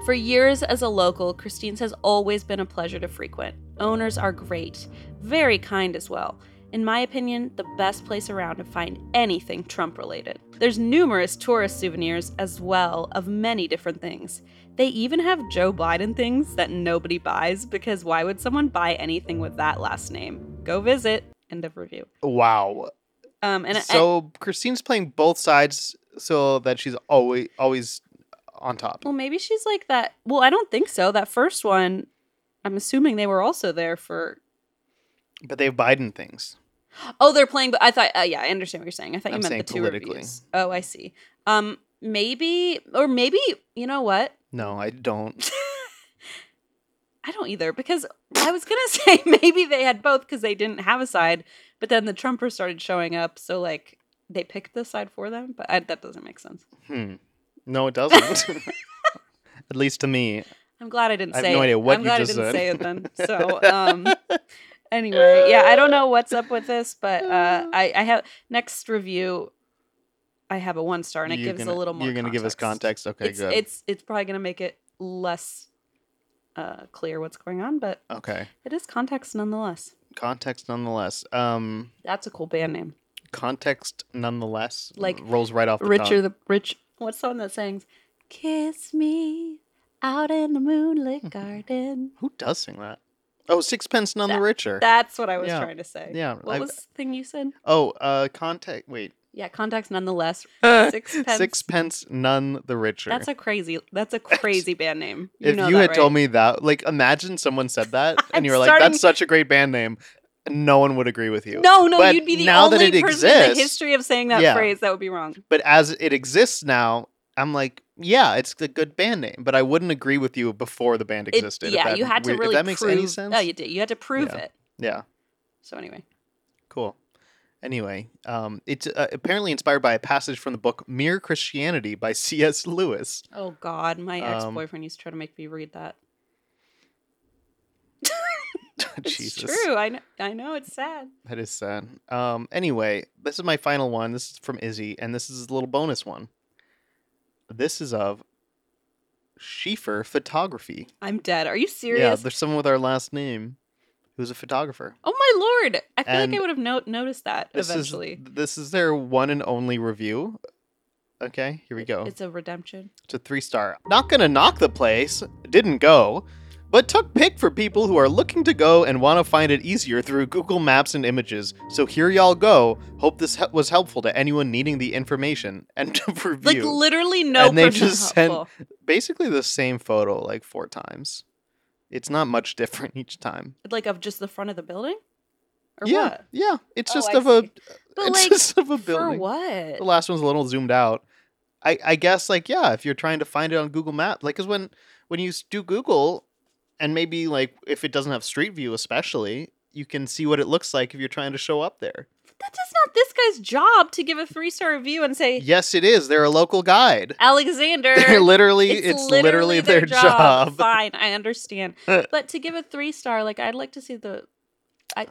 Speaker 3: For years as a local, Christine's has always been a pleasure to frequent. Owners are great, very kind as well. In my opinion, the best place around to find anything Trump related. There's numerous tourist souvenirs as well of many different things. They even have Joe Biden things that nobody buys because why would someone buy anything with that last name? Go visit. End of review.
Speaker 2: wow.
Speaker 3: Um, and I-
Speaker 2: so Christine's playing both sides so that she's always always on top.
Speaker 3: Well, maybe she's like that. Well, I don't think so. That first one, I'm assuming they were also there for
Speaker 2: But they have Biden things.
Speaker 3: Oh, they're playing. But I thought, uh, yeah, I understand what you're saying. I thought
Speaker 2: I'm
Speaker 3: you
Speaker 2: saying
Speaker 3: meant the two
Speaker 2: politically.
Speaker 3: reviews. Oh, I see. Um, maybe or maybe you know what?
Speaker 2: No, I don't.
Speaker 3: <laughs> I don't either because I was gonna <laughs> say maybe they had both because they didn't have a side, but then the Trumpers started showing up, so like they picked the side for them. But I, that doesn't make sense.
Speaker 2: Hmm. No, it doesn't.
Speaker 3: <laughs>
Speaker 2: At least to me.
Speaker 3: I'm glad I didn't
Speaker 2: I have
Speaker 3: say.
Speaker 2: no
Speaker 3: it.
Speaker 2: idea what
Speaker 3: I'm
Speaker 2: you
Speaker 3: glad
Speaker 2: just
Speaker 3: I didn't
Speaker 2: said.
Speaker 3: say it then.
Speaker 2: <laughs>
Speaker 3: So um, anyway, yeah, I don't know what's up with this, but uh, I, I have next review. I have a one star, and it
Speaker 2: You're
Speaker 3: gives
Speaker 2: gonna-
Speaker 3: a little more.
Speaker 2: You're going to give us context. Okay,
Speaker 3: it's,
Speaker 2: good.
Speaker 3: it's it's probably gonna make it less uh, clear what's going on, but
Speaker 2: okay.
Speaker 3: it is context nonetheless.
Speaker 2: Context nonetheless. Um
Speaker 3: That's a cool band name.
Speaker 2: context nonetheless
Speaker 3: Like,
Speaker 2: rolls right off the
Speaker 3: Richer
Speaker 2: tongue.
Speaker 3: the rich. What's the one that sings? Kiss me out in the
Speaker 2: <laughs>
Speaker 3: moonlit garden.
Speaker 2: Who does sing that? Oh, sixpence none the richer.
Speaker 3: That's what I was
Speaker 2: Yeah.
Speaker 3: trying to say.
Speaker 2: Yeah,
Speaker 3: What
Speaker 2: I've-
Speaker 3: was the thing you said?
Speaker 2: Oh, uh context wait.
Speaker 3: Yeah, contacts nonetheless.
Speaker 2: <laughs>
Speaker 3: Sixpence.
Speaker 2: Sixpence none the richer.
Speaker 3: That's a crazy.
Speaker 2: <laughs>
Speaker 3: That's a crazy band name. You
Speaker 2: if
Speaker 3: know
Speaker 2: you
Speaker 3: that,
Speaker 2: had
Speaker 3: right?
Speaker 2: told me that, like, imagine someone said
Speaker 3: <laughs>
Speaker 2: that and you were like,
Speaker 3: starting-
Speaker 2: "That's such a great band name," no one would agree with you.
Speaker 3: no, no,
Speaker 2: But
Speaker 3: you'd be the
Speaker 2: now
Speaker 3: only
Speaker 2: that it
Speaker 3: person in the
Speaker 2: exists-
Speaker 3: history of saying that
Speaker 2: Yeah.
Speaker 3: phrase that would be wrong.
Speaker 2: But as it exists now, I'm like, yeah, it's a good band name, but I wouldn't agree with you before the band
Speaker 3: It-
Speaker 2: existed. if
Speaker 3: yeah,
Speaker 2: that
Speaker 3: you had to
Speaker 2: weir- if
Speaker 3: really
Speaker 2: that makes
Speaker 3: prove,
Speaker 2: any sense.
Speaker 3: Oh, you did. You had to prove
Speaker 2: Yeah.
Speaker 3: it.
Speaker 2: yeah,
Speaker 3: So anyway,
Speaker 2: cool. Anyway, um, it's uh, apparently inspired by a passage from the book *Mere Christianity* by C.S. Lewis. <laughs>
Speaker 3: oh god, my
Speaker 2: Um,
Speaker 3: ex-boyfriend used to try to make me read that. It's
Speaker 2: Jesus,
Speaker 3: true. I know. I know. It's sad.
Speaker 2: that is sad. Um, anyway, this is my final one. This is from Izzy, and this is a little bonus one. This is of Schieffer Photography.
Speaker 3: I'm dead. Are you
Speaker 2: Yeah,
Speaker 3: serious?
Speaker 2: there's someone with our last name who's a photographer.
Speaker 3: oh my lord! I feel like
Speaker 2: And
Speaker 3: I would have no- noticed that eventually.
Speaker 2: Is, this is their one and only review. Okay, here we go. It's,
Speaker 3: It's a redemption.
Speaker 2: a three star. Not gonna knock the place. Didn't go. But took pick for people who are looking to go and want to find it easier through Google Maps and images. So here y'all go. Hope this he- was helpful to anyone needing the information. <laughs> End of
Speaker 3: Like
Speaker 2: review.
Speaker 3: literally no.
Speaker 2: And they
Speaker 3: person
Speaker 2: just sent-
Speaker 3: helpful.
Speaker 2: Basically the same photo like four times. It's not much <laughs> different each time.
Speaker 3: like of just the front of the building. Or
Speaker 2: yeah,
Speaker 3: What?
Speaker 2: yeah. It's
Speaker 3: Oh,
Speaker 2: just
Speaker 3: I
Speaker 2: of a.
Speaker 3: see. But
Speaker 2: it's
Speaker 3: like
Speaker 2: just of a
Speaker 3: for
Speaker 2: building.
Speaker 3: what?
Speaker 2: the last one's a little zoomed out. I, I guess like yeah, if you're trying to find it on Google Maps, like because when when you s- do Google, and maybe like if it doesn't have Street View, especially, you can see what it looks like if you're trying to show up there.
Speaker 3: That's just not this guy's job to give a three star review and say
Speaker 2: Yes, it is. They're a local guide. <laughs>
Speaker 3: Alexander.
Speaker 2: They're literally it's, literally, their, job. <laughs>
Speaker 3: Fine, I understand. but to give a three star, like I'd like to see the, I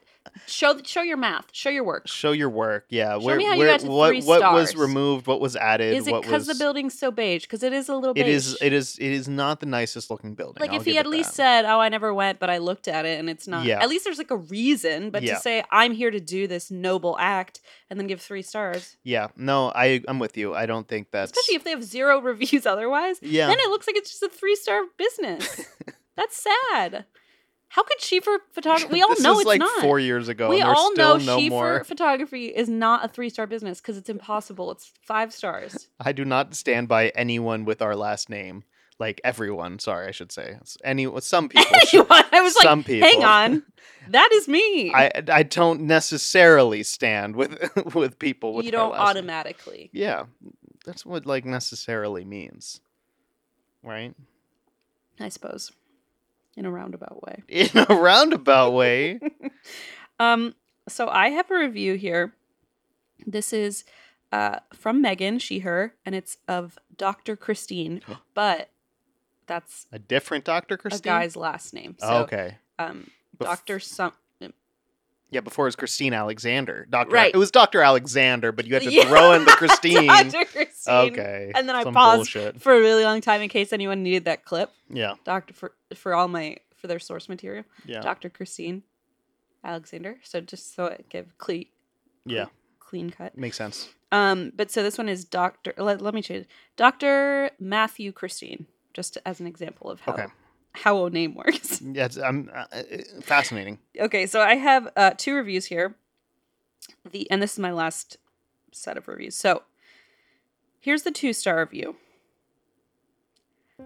Speaker 3: show show your math, show your work.
Speaker 2: Show your work. Yeah,
Speaker 3: Show me how you got to
Speaker 2: what
Speaker 3: three
Speaker 2: what was
Speaker 3: stars.
Speaker 2: removed, what was added,
Speaker 3: Is it
Speaker 2: what
Speaker 3: because
Speaker 2: was
Speaker 3: the building's so beige? Because it is a little beige.
Speaker 2: it is it is it is not the nicest looking building.
Speaker 3: like
Speaker 2: I'll
Speaker 3: if he
Speaker 2: give
Speaker 3: at
Speaker 2: it
Speaker 3: least
Speaker 2: that.
Speaker 3: said, "Oh, I never went, but I looked at it and it's not."
Speaker 2: Yeah.
Speaker 3: At least there's like a reason, but
Speaker 2: Yeah.
Speaker 3: to say I'm here to do this noble act and then give three stars,
Speaker 2: yeah, no, I I'm with you. I don't think that's
Speaker 3: especially if they have zero <laughs> reviews otherwise,
Speaker 2: yeah.
Speaker 3: then it looks like it's just a three star
Speaker 2: <laughs>
Speaker 3: business. That's sad. How could Schieffer
Speaker 2: <laughs>
Speaker 3: photography? We all
Speaker 2: this
Speaker 3: know
Speaker 2: is
Speaker 3: it's
Speaker 2: like
Speaker 3: not.
Speaker 2: four years ago.
Speaker 3: we
Speaker 2: and there's
Speaker 3: all know
Speaker 2: still
Speaker 3: Schieffer
Speaker 2: no more.
Speaker 3: photography is not a three star business because it's impossible. It's five stars. <laughs>
Speaker 2: I do not stand by anyone with our last name. Like everyone, sorry, I should say. It's Any some
Speaker 3: <laughs>
Speaker 2: people. should-
Speaker 3: I was
Speaker 2: Some
Speaker 3: like, hang
Speaker 2: people. <laughs>
Speaker 3: on, that is me.
Speaker 2: I I don't necessarily stand with <laughs> with people with
Speaker 3: you
Speaker 2: our
Speaker 3: don't
Speaker 2: last name.
Speaker 3: automatically.
Speaker 2: Yeah, that's what like necessarily means, right?
Speaker 3: I suppose, in a roundabout way.
Speaker 2: In a roundabout
Speaker 3: <laughs>
Speaker 2: way.
Speaker 3: Um, so I have a review here. This is uh, from Megan, she, her, and it's of
Speaker 2: <gasps>
Speaker 3: Dr. Christine, but that's
Speaker 2: a different Doctor Christine.
Speaker 3: a guy's last name. So,
Speaker 2: Oh, okay.
Speaker 3: um,
Speaker 2: Bef- <laughs>
Speaker 3: Dr. Some. <laughs>
Speaker 2: Yeah, before it was Christine Alexander. Doctor.
Speaker 3: Right.
Speaker 2: It was Doctor Alexander, but you had to
Speaker 3: <laughs> Yeah.
Speaker 2: throw in the
Speaker 3: <laughs>
Speaker 2: Christine.
Speaker 3: Dr. Christine.
Speaker 2: Okay.
Speaker 3: And then I
Speaker 2: Some
Speaker 3: paused
Speaker 2: Bullshit.
Speaker 3: for a really long time in case anyone needed that clip.
Speaker 2: Yeah.
Speaker 3: Doctor for for all my for their source material.
Speaker 2: Yeah.
Speaker 3: Dr. Christine Alexander. So just so it give clean
Speaker 2: yeah.
Speaker 3: clean cut.
Speaker 2: Makes sense.
Speaker 3: Um, but so this one is Doctor. Let, let me change. Doctor Matthew Christine, just as an example of how
Speaker 2: Okay.
Speaker 3: how a name works. <laughs>
Speaker 2: Yeah, it's, I'm uh, uh, fascinating.
Speaker 3: Okay, so I have uh, two reviews here. The and this is my last set of reviews. So here's the two star review.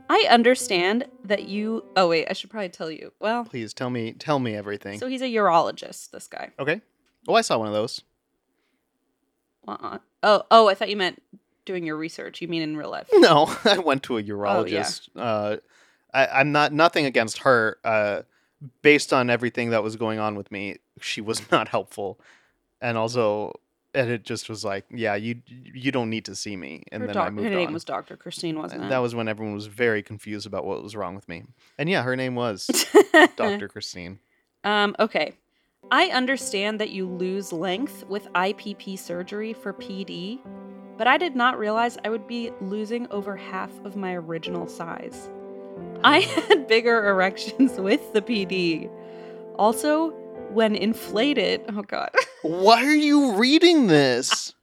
Speaker 3: I understand that you. Oh, wait, I should probably tell you. Well,
Speaker 2: Please tell me tell me everything.
Speaker 3: so he's a urologist, this guy.
Speaker 2: okay. Oh, I saw one of those. <laughs>
Speaker 3: Uh-uh. Oh, oh, I thought you meant doing your research. You mean in real life?
Speaker 2: No, I went
Speaker 3: Oh,
Speaker 2: to a urologist. uh, I, I'm not nothing against her. Uh, based on everything that was going on with me, she was <laughs> not helpful, and also, and it just was like, yeah, you you don't need to see me. And
Speaker 3: her
Speaker 2: then I
Speaker 3: doc-
Speaker 2: moved
Speaker 3: her name
Speaker 2: on.
Speaker 3: was Dr. Christine, wasn't
Speaker 2: And
Speaker 3: it?
Speaker 2: that was when everyone was very confused about what was wrong with me. And yeah, her name
Speaker 3: <laughs>
Speaker 2: was Dr. Christine.
Speaker 3: Um, okay. I understand that you lose length with IPP surgery for PD, but I did not realize I would be losing over half of my original size. I <laughs> had bigger erections with the PD. Also, when inflated, oh god. <laughs>
Speaker 2: Why are you reading this?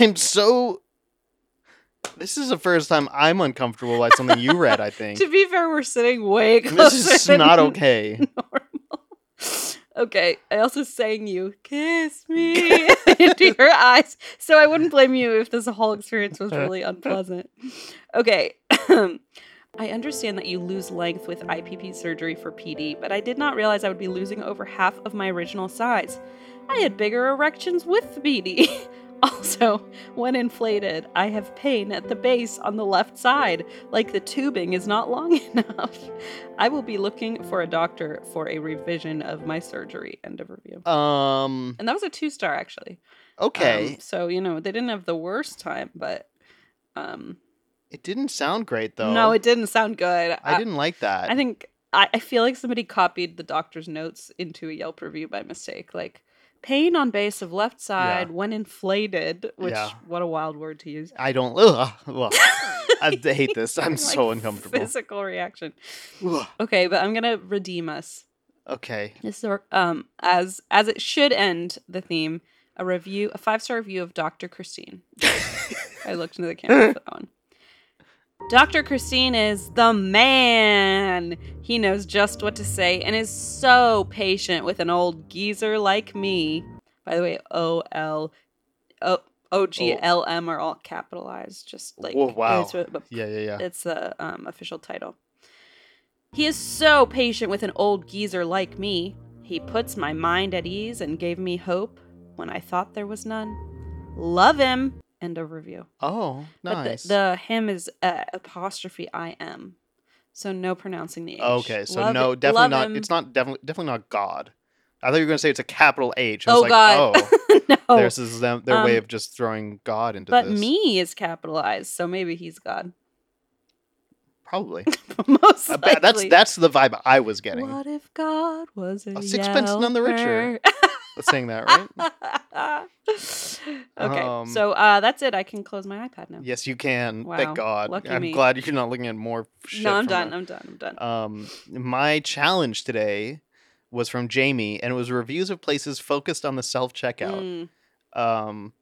Speaker 2: I'm so. This is the first time I'm uncomfortable by something you read. I think
Speaker 3: <laughs> to be fair, we're sitting way
Speaker 2: this
Speaker 3: closer.
Speaker 2: is
Speaker 3: than
Speaker 2: not okay.
Speaker 3: normal. Okay, I also sang you "Kiss Me" into your eyes, so I wouldn't blame you if this whole experience was really unpleasant. Okay, <clears throat> I understand that you lose length with IPP surgery for PD, but I did not realize I would be losing over half of my original size. I had bigger erections with PD. <laughs> Also, when inflated, I have pain at the base on the left side, like the tubing is not long <laughs> enough. I will be looking for a doctor for a revision of my surgery. End of review.
Speaker 2: Um.
Speaker 3: And that was a two star, actually. Um,
Speaker 2: Okay.
Speaker 3: so, you know, they didn't have the worst time, but um,
Speaker 2: it didn't sound great though.
Speaker 3: no, it didn't sound good.
Speaker 2: I didn't like that.
Speaker 3: I think, I, I feel like somebody copied the doctor's notes into a Yelp review by mistake. Like, pain on base of left side
Speaker 2: Yeah.
Speaker 3: when inflated, which,
Speaker 2: Yeah.
Speaker 3: what a wild word to use.
Speaker 2: I don't. Ugh,
Speaker 3: <laughs>
Speaker 2: ugh. I d- hate this. I'm
Speaker 3: Like,
Speaker 2: so uncomfortable.
Speaker 3: Physical reaction.
Speaker 2: Ugh.
Speaker 3: Okay, but I'm going to redeem us.
Speaker 2: Okay.
Speaker 3: This is um as as it should end the theme, a review, a five star review of Dr. Christine. I looked into the camera for that one. Dr. Christine is the man. He knows just what to say and is so patient with an old geezer like me. By the way, O L O O G L M are all capitalized. Just like
Speaker 2: Whoa, wow.
Speaker 3: it's what-
Speaker 2: Yeah. Yeah. Yeah.
Speaker 3: it's the um, official title. He is so patient with an old geezer like me. He puts my mind at ease and gave me hope when I thought there was none. Love him. End of review.
Speaker 2: Oh,
Speaker 3: But the-
Speaker 2: nice.
Speaker 3: the, him is uh, apostrophe I am. So no pronouncing the H.
Speaker 2: Okay, so
Speaker 3: Love-
Speaker 2: no,
Speaker 3: love
Speaker 2: definitely not.
Speaker 3: him.
Speaker 2: It's not definitely definitely not God. I thought you were gonna say it's a capital H. I
Speaker 3: Oh,
Speaker 2: was like,
Speaker 3: God. <laughs>
Speaker 2: oh,
Speaker 3: no.
Speaker 2: this is them, their way
Speaker 3: Um,
Speaker 2: of just throwing God into
Speaker 3: but
Speaker 2: this.
Speaker 3: me is capitalized, so maybe he's God. <laughs>
Speaker 2: probably.
Speaker 3: Most
Speaker 2: I
Speaker 3: likely.
Speaker 2: bet- that's that's the vibe I was getting.
Speaker 3: What if God was a,
Speaker 2: A sixpence none the richer.
Speaker 3: yelper?
Speaker 2: Saying that right?
Speaker 3: <laughs>
Speaker 2: <laughs>
Speaker 3: okay,
Speaker 2: Um,
Speaker 3: so uh, that's it. I can close my iPad now.
Speaker 2: yes, you can.
Speaker 3: Wow,
Speaker 2: Thank God.
Speaker 3: lucky
Speaker 2: I'm
Speaker 3: me.
Speaker 2: glad you're not looking at more shit.
Speaker 3: no, I'm
Speaker 2: from
Speaker 3: done.
Speaker 2: that.
Speaker 3: I'm done. I'm done.
Speaker 2: Um, my challenge today was from Jamie, and it was reviews of places focused on the self checkout.
Speaker 3: Mm,
Speaker 2: Um,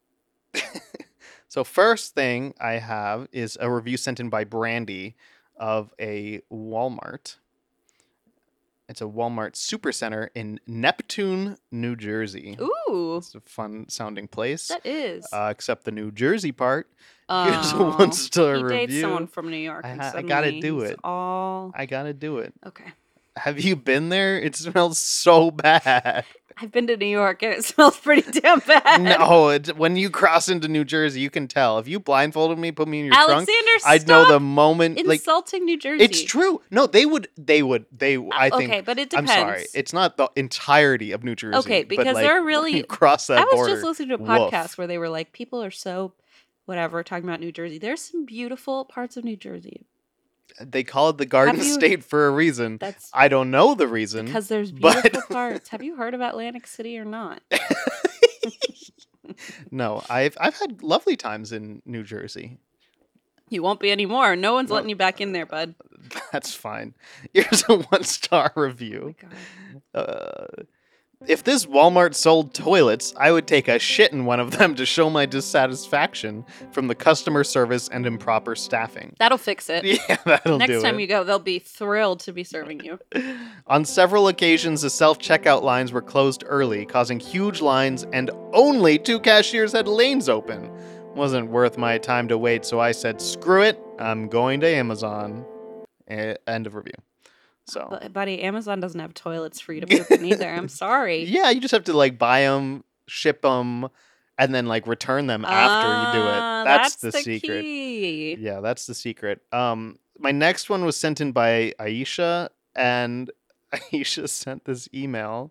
Speaker 2: so first thing I have is a review sent in by Brandy of a Walmart. It's a Walmart Supercenter in Neptune, New Jersey.
Speaker 3: Ooh,
Speaker 2: It's a fun sounding place,
Speaker 3: that is.
Speaker 2: uh, <laughs> except the New Jersey part. Here's a
Speaker 3: Aw,
Speaker 2: one star
Speaker 3: he dates
Speaker 2: review.
Speaker 3: someone from New York.
Speaker 2: I
Speaker 3: and
Speaker 2: ha- I gotta
Speaker 3: suddenly
Speaker 2: do
Speaker 3: he's
Speaker 2: it.
Speaker 3: All
Speaker 2: I gotta do it.
Speaker 3: okay.
Speaker 2: Have you been there? It smells so
Speaker 3: <laughs>
Speaker 2: bad.
Speaker 3: I've been to New York and it <laughs> smells pretty damn
Speaker 2: <laughs>
Speaker 3: bad.
Speaker 2: no, it's, when you cross into New Jersey, you can tell. If you blindfolded me, put me in your trunk,
Speaker 3: Alexander,
Speaker 2: I'd know the
Speaker 3: stop
Speaker 2: moment. Like
Speaker 3: insulting New Jersey. Uh,
Speaker 2: It's true. No, they would. They would. They. I think.
Speaker 3: okay, but it
Speaker 2: I'm
Speaker 3: depends.
Speaker 2: sorry. It's not the entirety of New Jersey.
Speaker 3: Okay,
Speaker 2: but,
Speaker 3: because
Speaker 2: like,
Speaker 3: there
Speaker 2: <laughs>
Speaker 3: are
Speaker 2: when
Speaker 3: really-
Speaker 2: you cross that
Speaker 3: I was
Speaker 2: border.
Speaker 3: just listening to a
Speaker 2: woof.
Speaker 3: podcast where they were like, people are so whatever talking about New Jersey. There's some beautiful parts of New Jersey.
Speaker 2: They call it the Garden
Speaker 3: Have you-
Speaker 2: State for a reason.
Speaker 3: That's
Speaker 2: I don't know the reason.
Speaker 3: Because there's
Speaker 2: but- <laughs>
Speaker 3: beautiful parts. Have you heard of Atlantic City or not?
Speaker 2: no, I've I've had lovely times in New Jersey. <laughs>
Speaker 3: You won't be anymore. No one's
Speaker 2: Well,
Speaker 3: letting you back in there, bud.
Speaker 2: That's fine. Here's a one star
Speaker 3: Oh my
Speaker 2: review.
Speaker 3: God.
Speaker 2: Uh, if this Walmart sold toilets, I would take a shit in one of them to show my dissatisfaction from the customer service and improper staffing.
Speaker 3: That'll fix it.
Speaker 2: <laughs> Yeah, that'll do
Speaker 3: Next time
Speaker 2: it.
Speaker 3: you go, they'll be thrilled to be serving
Speaker 2: <laughs>
Speaker 3: you.
Speaker 2: On several occasions, the self checkout lines were closed early, causing huge lines, and only two cashiers had lanes open. Wasn't worth my time to wait, so I said, screw it, I'm going to Amazon. Eh, End of review. So,
Speaker 3: But, buddy, Amazon doesn't have toilets for you to poop in either. I'm
Speaker 2: <laughs>
Speaker 3: sorry.
Speaker 2: yeah, you just have to like buy them, ship them, and then like return them after you do
Speaker 3: Ah,
Speaker 2: it. That's, the, secret.
Speaker 3: Key.
Speaker 2: Yeah, that's the secret. Um, my next one was sent in by Aisha, and <laughs> Aisha sent this email,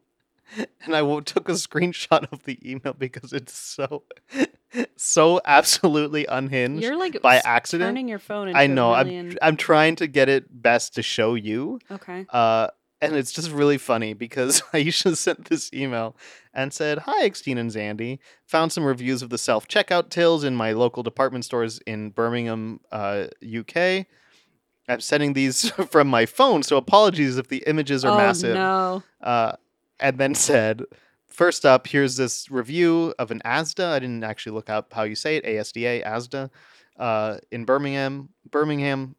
Speaker 2: and I wo- took a screenshot of the email because it's so, <laughs> so absolutely unhinged.
Speaker 3: You're like
Speaker 2: by
Speaker 3: s-
Speaker 2: accident.
Speaker 3: turning your phone. Into
Speaker 2: I know.
Speaker 3: A
Speaker 2: I'm
Speaker 3: million-
Speaker 2: I'm trying to get it best to show you.
Speaker 3: okay.
Speaker 2: <laughs> Uh, and it's just really funny because <laughs> Aisha sent this email and said, Hi, Extine and Zandy. Found some reviews of the self checkout tills in my local department stores in Birmingham, uh, UK. I'm sending these <laughs> from my phone, so apologies if the images are
Speaker 3: oh
Speaker 2: massive <laughs>
Speaker 3: no.
Speaker 2: uh, and then said, First up, here's this review of an ASDA. I didn't actually look up how you say it, ASDA, ASDA, uh, in Birmingham, Birmingham.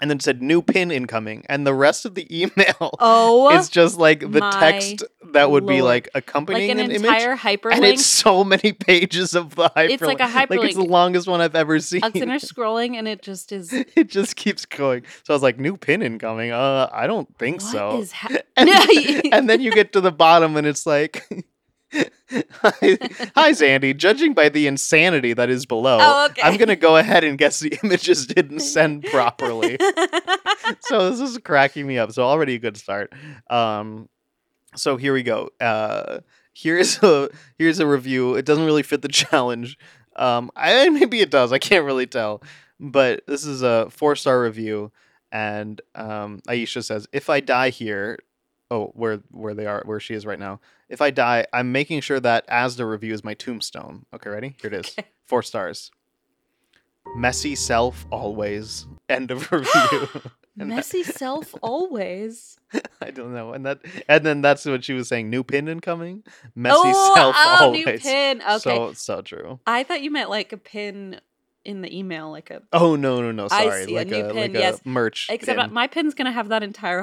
Speaker 2: And then said, new pin incoming. And the rest of the <laughs> email
Speaker 3: Oh,
Speaker 2: is just like the
Speaker 3: my
Speaker 2: text that would be
Speaker 3: lord.
Speaker 2: like
Speaker 3: like
Speaker 2: accompanying
Speaker 3: an,
Speaker 2: an, image.
Speaker 3: entire hyperlink.
Speaker 2: And it's so many pages of the hyperlink.
Speaker 3: It's like a
Speaker 2: it's the
Speaker 3: hyperlink.
Speaker 2: longest one I've ever seen.
Speaker 3: I'm sitting there scrolling, and it just is. What
Speaker 2: <laughs> it just keeps going. So I was like, new pin incoming. Uh, I don't think
Speaker 3: is
Speaker 2: so.
Speaker 3: hap-
Speaker 2: <laughs>
Speaker 3: <laughs>
Speaker 2: And,
Speaker 3: No,
Speaker 2: then-
Speaker 3: you-
Speaker 2: and then you get to the bottom and it's like <laughs> hi, hi Zandy, judging by the insanity that is below,
Speaker 3: Oh, okay.
Speaker 2: I'm gonna go ahead and guess the images
Speaker 3: <laughs>
Speaker 2: didn't send properly. so this is cracking me up. So already a good start. Um so here we go. Uh here's a here's a review. It doesn't really fit the challenge. Um I maybe it does. I can't really tell. But this is a four-star review and um Aisha says, "If I die here, oh where where they are where she is right now if i die i'm making sure that asda review is my tombstone okay ready here it is four stars messy self always end of <laughs> review
Speaker 3: <laughs>
Speaker 2: And that-
Speaker 3: Messy self always.
Speaker 2: i don't know and that and then that's what she was saying new pin incoming messy
Speaker 3: oh,
Speaker 2: self
Speaker 3: oh,
Speaker 2: always
Speaker 3: new pin. Okay.
Speaker 2: so so true
Speaker 3: I thought you meant like a pin in the email, like a.
Speaker 2: oh no no no
Speaker 3: I
Speaker 2: sorry
Speaker 3: see, a
Speaker 2: like
Speaker 3: new
Speaker 2: a,
Speaker 3: pin,
Speaker 2: like a
Speaker 3: yes.
Speaker 2: merch
Speaker 3: Except
Speaker 2: pin.
Speaker 3: my pin's gonna have that entire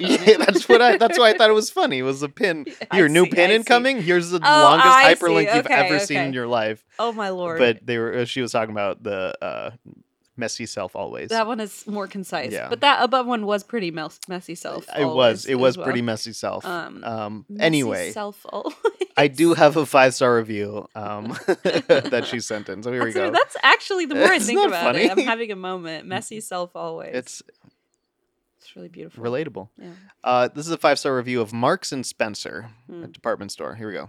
Speaker 2: <laughs>
Speaker 3: on
Speaker 2: yeah,
Speaker 3: it.
Speaker 2: that's what I. That's why I thought it was funny. Was a
Speaker 3: <laughs>
Speaker 2: pin.
Speaker 3: I
Speaker 2: Your new
Speaker 3: see,
Speaker 2: pin
Speaker 3: I see.
Speaker 2: incoming. Here's the
Speaker 3: Oh,
Speaker 2: longest
Speaker 3: I see.
Speaker 2: hyperlink you've
Speaker 3: Okay,
Speaker 2: ever seen in
Speaker 3: okay.
Speaker 2: your life.
Speaker 3: <laughs> Oh my lord!
Speaker 2: But they were. uh, She was talking about the uh, messy self always.
Speaker 3: that one is more concise.
Speaker 2: Yeah.
Speaker 3: But that above one was pretty mess- messy self.
Speaker 2: it was.
Speaker 3: always
Speaker 2: It
Speaker 3: as
Speaker 2: was
Speaker 3: well.
Speaker 2: pretty messy self. Um.
Speaker 3: Um, Messy
Speaker 2: anyway,
Speaker 3: self always. <laughs>
Speaker 2: I do have a five star review. Um. <laughs> that she sent in. So here
Speaker 3: That's,
Speaker 2: we go.
Speaker 3: that's actually the
Speaker 2: <laughs>
Speaker 3: more I
Speaker 2: It's
Speaker 3: think
Speaker 2: not
Speaker 3: about
Speaker 2: funny.
Speaker 3: it. I'm having
Speaker 2: <laughs>
Speaker 3: a moment. Messy self always.
Speaker 2: It's
Speaker 3: it's really beautiful.
Speaker 2: relatable.
Speaker 3: Yeah.
Speaker 2: Uh, this is a five star review of Marks and Spencer, a
Speaker 3: Hmm.
Speaker 2: department store. Here we go.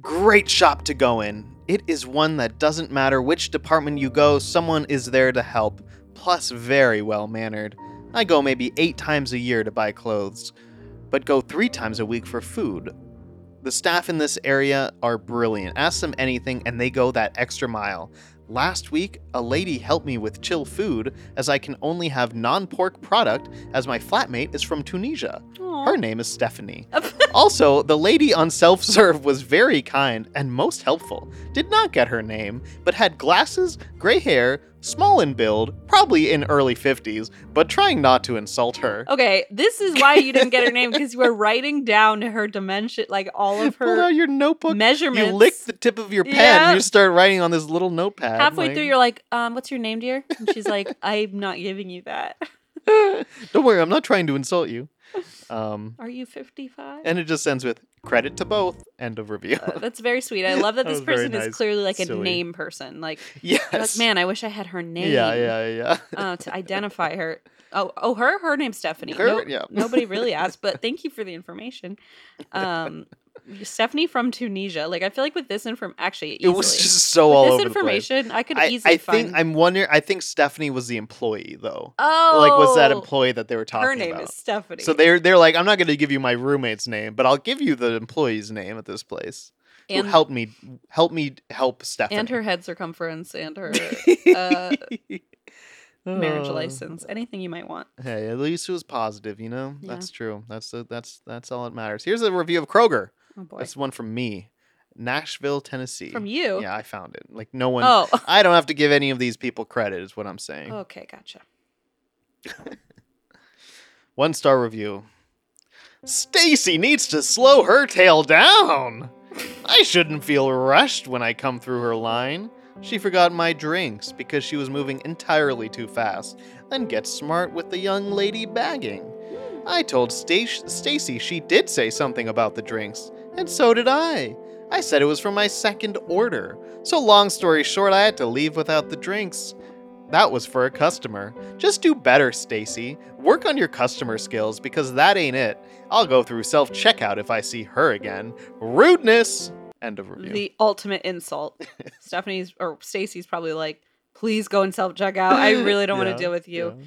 Speaker 2: Great shop to go in. It is one that doesn't matter which department you go, someone is there to help, plus, very well mannered. I go maybe eight times a year to buy clothes, but go three times a week for food. The staff in this area are brilliant. Ask them anything, and they go that extra mile. Last week, a lady helped me with chill food as I can only have non pork product as my flatmate is from Tunisia. Her name is Stephanie. also, the lady on self serve was very kind and most helpful. Did not get her name, but had glasses, gray hair, small in build, probably in early 50s, but trying not to insult her.
Speaker 3: Okay, this is why you didn't get her name because you were writing down her dimension, like all
Speaker 2: <laughs>
Speaker 3: of
Speaker 2: Pull out
Speaker 3: her
Speaker 2: your notebook.
Speaker 3: measurements.
Speaker 2: You lick the tip of your pen.
Speaker 3: Yeah.
Speaker 2: You start writing on this little notepad.
Speaker 3: halfway
Speaker 2: like,
Speaker 3: through. You're like, um, "What's your name, dear?" And
Speaker 2: <laughs>
Speaker 3: she's like, "I'm not giving you that. <laughs>
Speaker 2: Don't worry, I'm not trying to insult you. Um,
Speaker 3: Are you 55?"
Speaker 2: and it just ends with credit to both. End of review.
Speaker 3: Uh, That's very sweet. I love that
Speaker 2: <laughs> That
Speaker 3: this
Speaker 2: was very
Speaker 3: person
Speaker 2: nice.
Speaker 3: is clearly like
Speaker 2: Silly.
Speaker 3: a name person.
Speaker 2: <laughs>
Speaker 3: Like, you're
Speaker 2: <laughs> yes.
Speaker 3: like, man, I wish I had her name.
Speaker 2: Yeah, yeah, yeah.
Speaker 3: uh, to identify her. Oh, oh, her her name's Stephanie.
Speaker 2: Her-
Speaker 3: No-
Speaker 2: yeah. <laughs>
Speaker 3: nobody really asked, but thank you for the information. Um, Stephanie from Tunisia. Like I feel like with this inform actually
Speaker 2: <laughs> It
Speaker 3: easily.
Speaker 2: was just so
Speaker 3: with
Speaker 2: all
Speaker 3: this
Speaker 2: over
Speaker 3: information, I
Speaker 2: the
Speaker 3: could
Speaker 2: place. I,
Speaker 3: easily
Speaker 2: I
Speaker 3: find.
Speaker 2: think I'm wondering. I think Stephanie was the employee though.
Speaker 3: oh,
Speaker 2: like, was that employee that they were talking
Speaker 3: Her name
Speaker 2: about?
Speaker 3: is Stephanie.
Speaker 2: so they're they're like, I'm not going to give you my roommate's name, but I'll give you the employee's name at this place.
Speaker 3: and,
Speaker 2: who helped me? Help me help Stephanie.
Speaker 3: <laughs> and her head circumference and her
Speaker 2: <laughs>
Speaker 3: uh, marriage
Speaker 2: Uh,
Speaker 3: license, anything you might want.
Speaker 2: Hey, at least it was positive, you know.
Speaker 3: Yeah.
Speaker 2: That's true. That's that's that's all that matters. Here's a review of Kroger.
Speaker 3: Oh boy,
Speaker 2: That's one from me, Nashville, Tennessee.
Speaker 3: from you.
Speaker 2: Yeah, I found it. Like no one.
Speaker 3: Oh, <laughs>
Speaker 2: I don't have to give any of these people credit, is what I'm saying.
Speaker 3: okay, gotcha.
Speaker 2: One star review. Stacy needs to slow her tail down. I shouldn't feel rushed when I come through her line. She forgot my drinks because she was moving entirely too fast. Then get smart with the young lady bagging. I told Stac- Stacy she did say something about the drinks, and so did I. I said it was from my second order. So long story short, I had to leave without the drinks. That was for a customer. Just do better, Stacy. Work on your customer skills because that ain't it. I'll go through self checkout if I see her again. Rudeness. End of review.
Speaker 3: The ultimate
Speaker 2: <laughs>
Speaker 3: insult. Stephanie's or Stacy's probably like, please go and self checkout. I really don't want
Speaker 2: Yeah,
Speaker 3: to deal with you.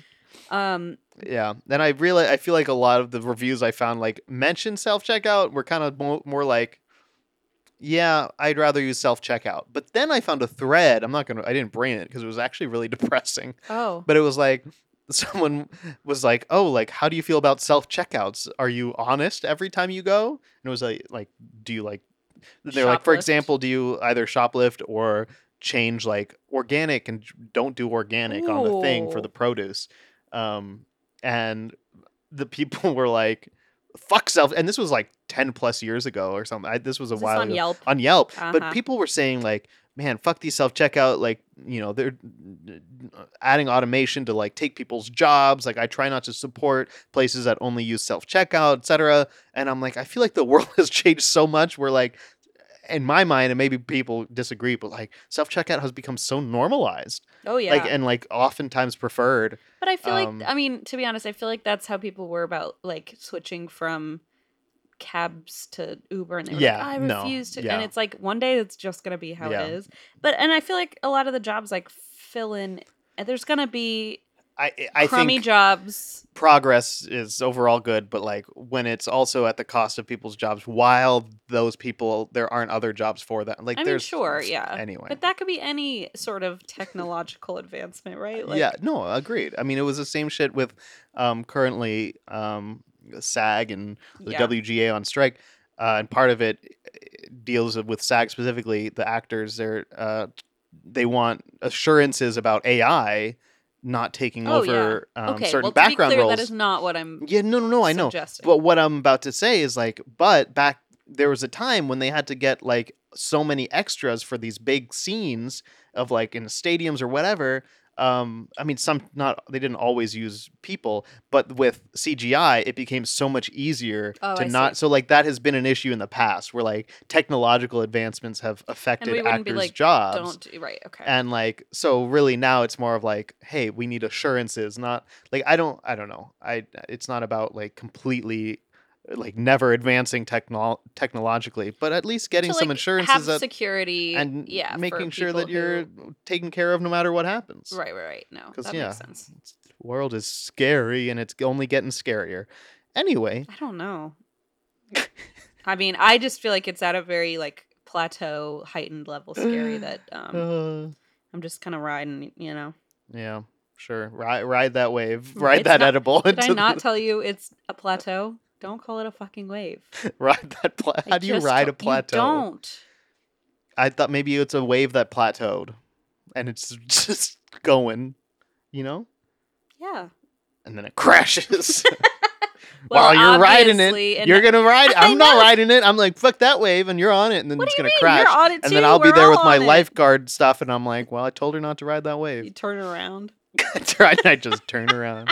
Speaker 3: Um,
Speaker 2: Yeah. Then I realize I feel like a lot of the reviews I found like mention self checkout were kind of mo- more like, yeah, I'd rather use self checkout. But then I found a thread. I'm not gonna. I didn't bring it because it was actually really <laughs> depressing.
Speaker 3: oh.
Speaker 2: But it was like <laughs> someone was like, oh, like how do you feel about self checkouts? Are you honest every time you go? And it was like, like do you like? They're like, for
Speaker 3: Shoplift?
Speaker 2: example, do you either shoplift or change like organic and don't do organic on the thing for
Speaker 3: Ooh.
Speaker 2: the produce? um, and the people <laughs> were like, "Fuck self." And this was like ten plus years ago or something. I, this was a
Speaker 3: Is this
Speaker 2: while
Speaker 3: on
Speaker 2: ago.
Speaker 3: Yelp?
Speaker 2: On Yelp, but
Speaker 3: Uh-huh.
Speaker 2: people were saying like, "Man, fuck these self checkout." Like, you know, they're adding automation to like take people's jobs. Like, I try not to support places that only use self checkout, etc. And I'm like, I feel like the <laughs> world has changed so much. We're like. In my mind, and maybe people disagree, but like self checkout has become so normalized,
Speaker 3: Oh yeah.
Speaker 2: like and like oftentimes preferred.
Speaker 3: But I feel
Speaker 2: Um,
Speaker 3: like I mean, to be honest, I feel like that's how people were about like switching from cabs to Uber and they were
Speaker 2: Yeah,
Speaker 3: like, I
Speaker 2: no,
Speaker 3: refuse to
Speaker 2: yeah.
Speaker 3: and it's like one day it's just gonna be how
Speaker 2: Yeah.
Speaker 3: it is. But and I feel like a lot of the jobs like fill in and there's gonna be
Speaker 2: I I
Speaker 3: crummy
Speaker 2: think
Speaker 3: jobs.
Speaker 2: progress is overall good, but like when it's also at the cost of people's jobs, while those people there aren't other jobs for them. Like
Speaker 3: I mean
Speaker 2: there's
Speaker 3: sure, yeah.
Speaker 2: Anyway,
Speaker 3: But that could be any sort of technological advancement, right?
Speaker 2: yeah, no, agreed. I mean, it was the same shit with um, currently um, SAG and the
Speaker 3: Yeah.
Speaker 2: WGA on strike, uh, and part of it eh, deals with SAG specifically. The actors they're uh, they want assurances about AI not taking
Speaker 3: Oh, yeah.
Speaker 2: over um,
Speaker 3: okay,
Speaker 2: certain
Speaker 3: well, to
Speaker 2: background
Speaker 3: be clear,
Speaker 2: roles.
Speaker 3: That is not what I'm
Speaker 2: Yeah, no, no, no. I know.
Speaker 3: suggesting.
Speaker 2: But what I'm about to say is like, but back there was a time when they had to get like so many extras for these big scenes of like in stadiums or whatever. Um, I mean, some not they didn't always use people, but with CGI, it became so much easier
Speaker 3: Oh,
Speaker 2: to
Speaker 3: I
Speaker 2: not.
Speaker 3: see.
Speaker 2: So like that has been an issue in the past where like technological advancements have affected
Speaker 3: and we wouldn't
Speaker 2: actors'
Speaker 3: be like
Speaker 2: jobs.
Speaker 3: don't do right, okay.
Speaker 2: And like so really now it's more of like hey, we need assurances, not like I don't I don't know. I it's not about like completely like never advancing technol technologically, but at least getting
Speaker 3: To,
Speaker 2: some
Speaker 3: like, have
Speaker 2: insurances that,
Speaker 3: security
Speaker 2: and
Speaker 3: yeah, for
Speaker 2: making sure that
Speaker 3: people who-
Speaker 2: you're taken care of no matter what happens.
Speaker 3: Right, right, right. No,
Speaker 2: 'Cause,
Speaker 3: that
Speaker 2: yeah.
Speaker 3: makes sense.
Speaker 2: The world is scary and it's only getting scarier. Anyway,
Speaker 3: I don't
Speaker 2: <laughs>
Speaker 3: know. I mean, I just feel like it's at a very like plateau, heightened
Speaker 2: <sighs>
Speaker 3: level scary that um,
Speaker 2: uh,
Speaker 3: I'm just kind of riding.
Speaker 2: <laughs>
Speaker 3: You know,
Speaker 2: yeah, sure. Ride ride that wave.
Speaker 3: Mm,
Speaker 2: Ride
Speaker 3: it's
Speaker 2: that
Speaker 3: not-
Speaker 2: edible
Speaker 3: did I
Speaker 2: into
Speaker 3: not
Speaker 2: the-
Speaker 3: tell you it's a plateau? Don't call it a
Speaker 2: <laughs>
Speaker 3: fucking wave.
Speaker 2: <laughs> ride that pla-
Speaker 3: I
Speaker 2: How do you
Speaker 3: just
Speaker 2: ride
Speaker 3: don't-
Speaker 2: a plateau?
Speaker 3: You don't.
Speaker 2: I thought maybe it's a wave that plateaued and it's <laughs> just going, you know?
Speaker 3: Yeah.
Speaker 2: And then it crashes.
Speaker 3: <laughs> Well,
Speaker 2: <laughs> While you're riding
Speaker 3: obviously,
Speaker 2: it,
Speaker 3: and-
Speaker 2: you're going to ride.
Speaker 3: I
Speaker 2: I'm not
Speaker 3: know.
Speaker 2: riding it. I'm like, fuck that wave. And you're on it. And then
Speaker 3: What
Speaker 2: it's
Speaker 3: do you
Speaker 2: going to
Speaker 3: mean?
Speaker 2: crash.
Speaker 3: You're on it
Speaker 2: and then
Speaker 3: too.
Speaker 2: I'll be
Speaker 3: We're
Speaker 2: there with
Speaker 3: all
Speaker 2: my
Speaker 3: on it.
Speaker 2: lifeguard stuff. And I'm like, well, I told her not to ride that
Speaker 3: You
Speaker 2: <laughs> wave.
Speaker 3: turn around.
Speaker 2: I tried,
Speaker 3: <laughs>
Speaker 2: and I just turn around.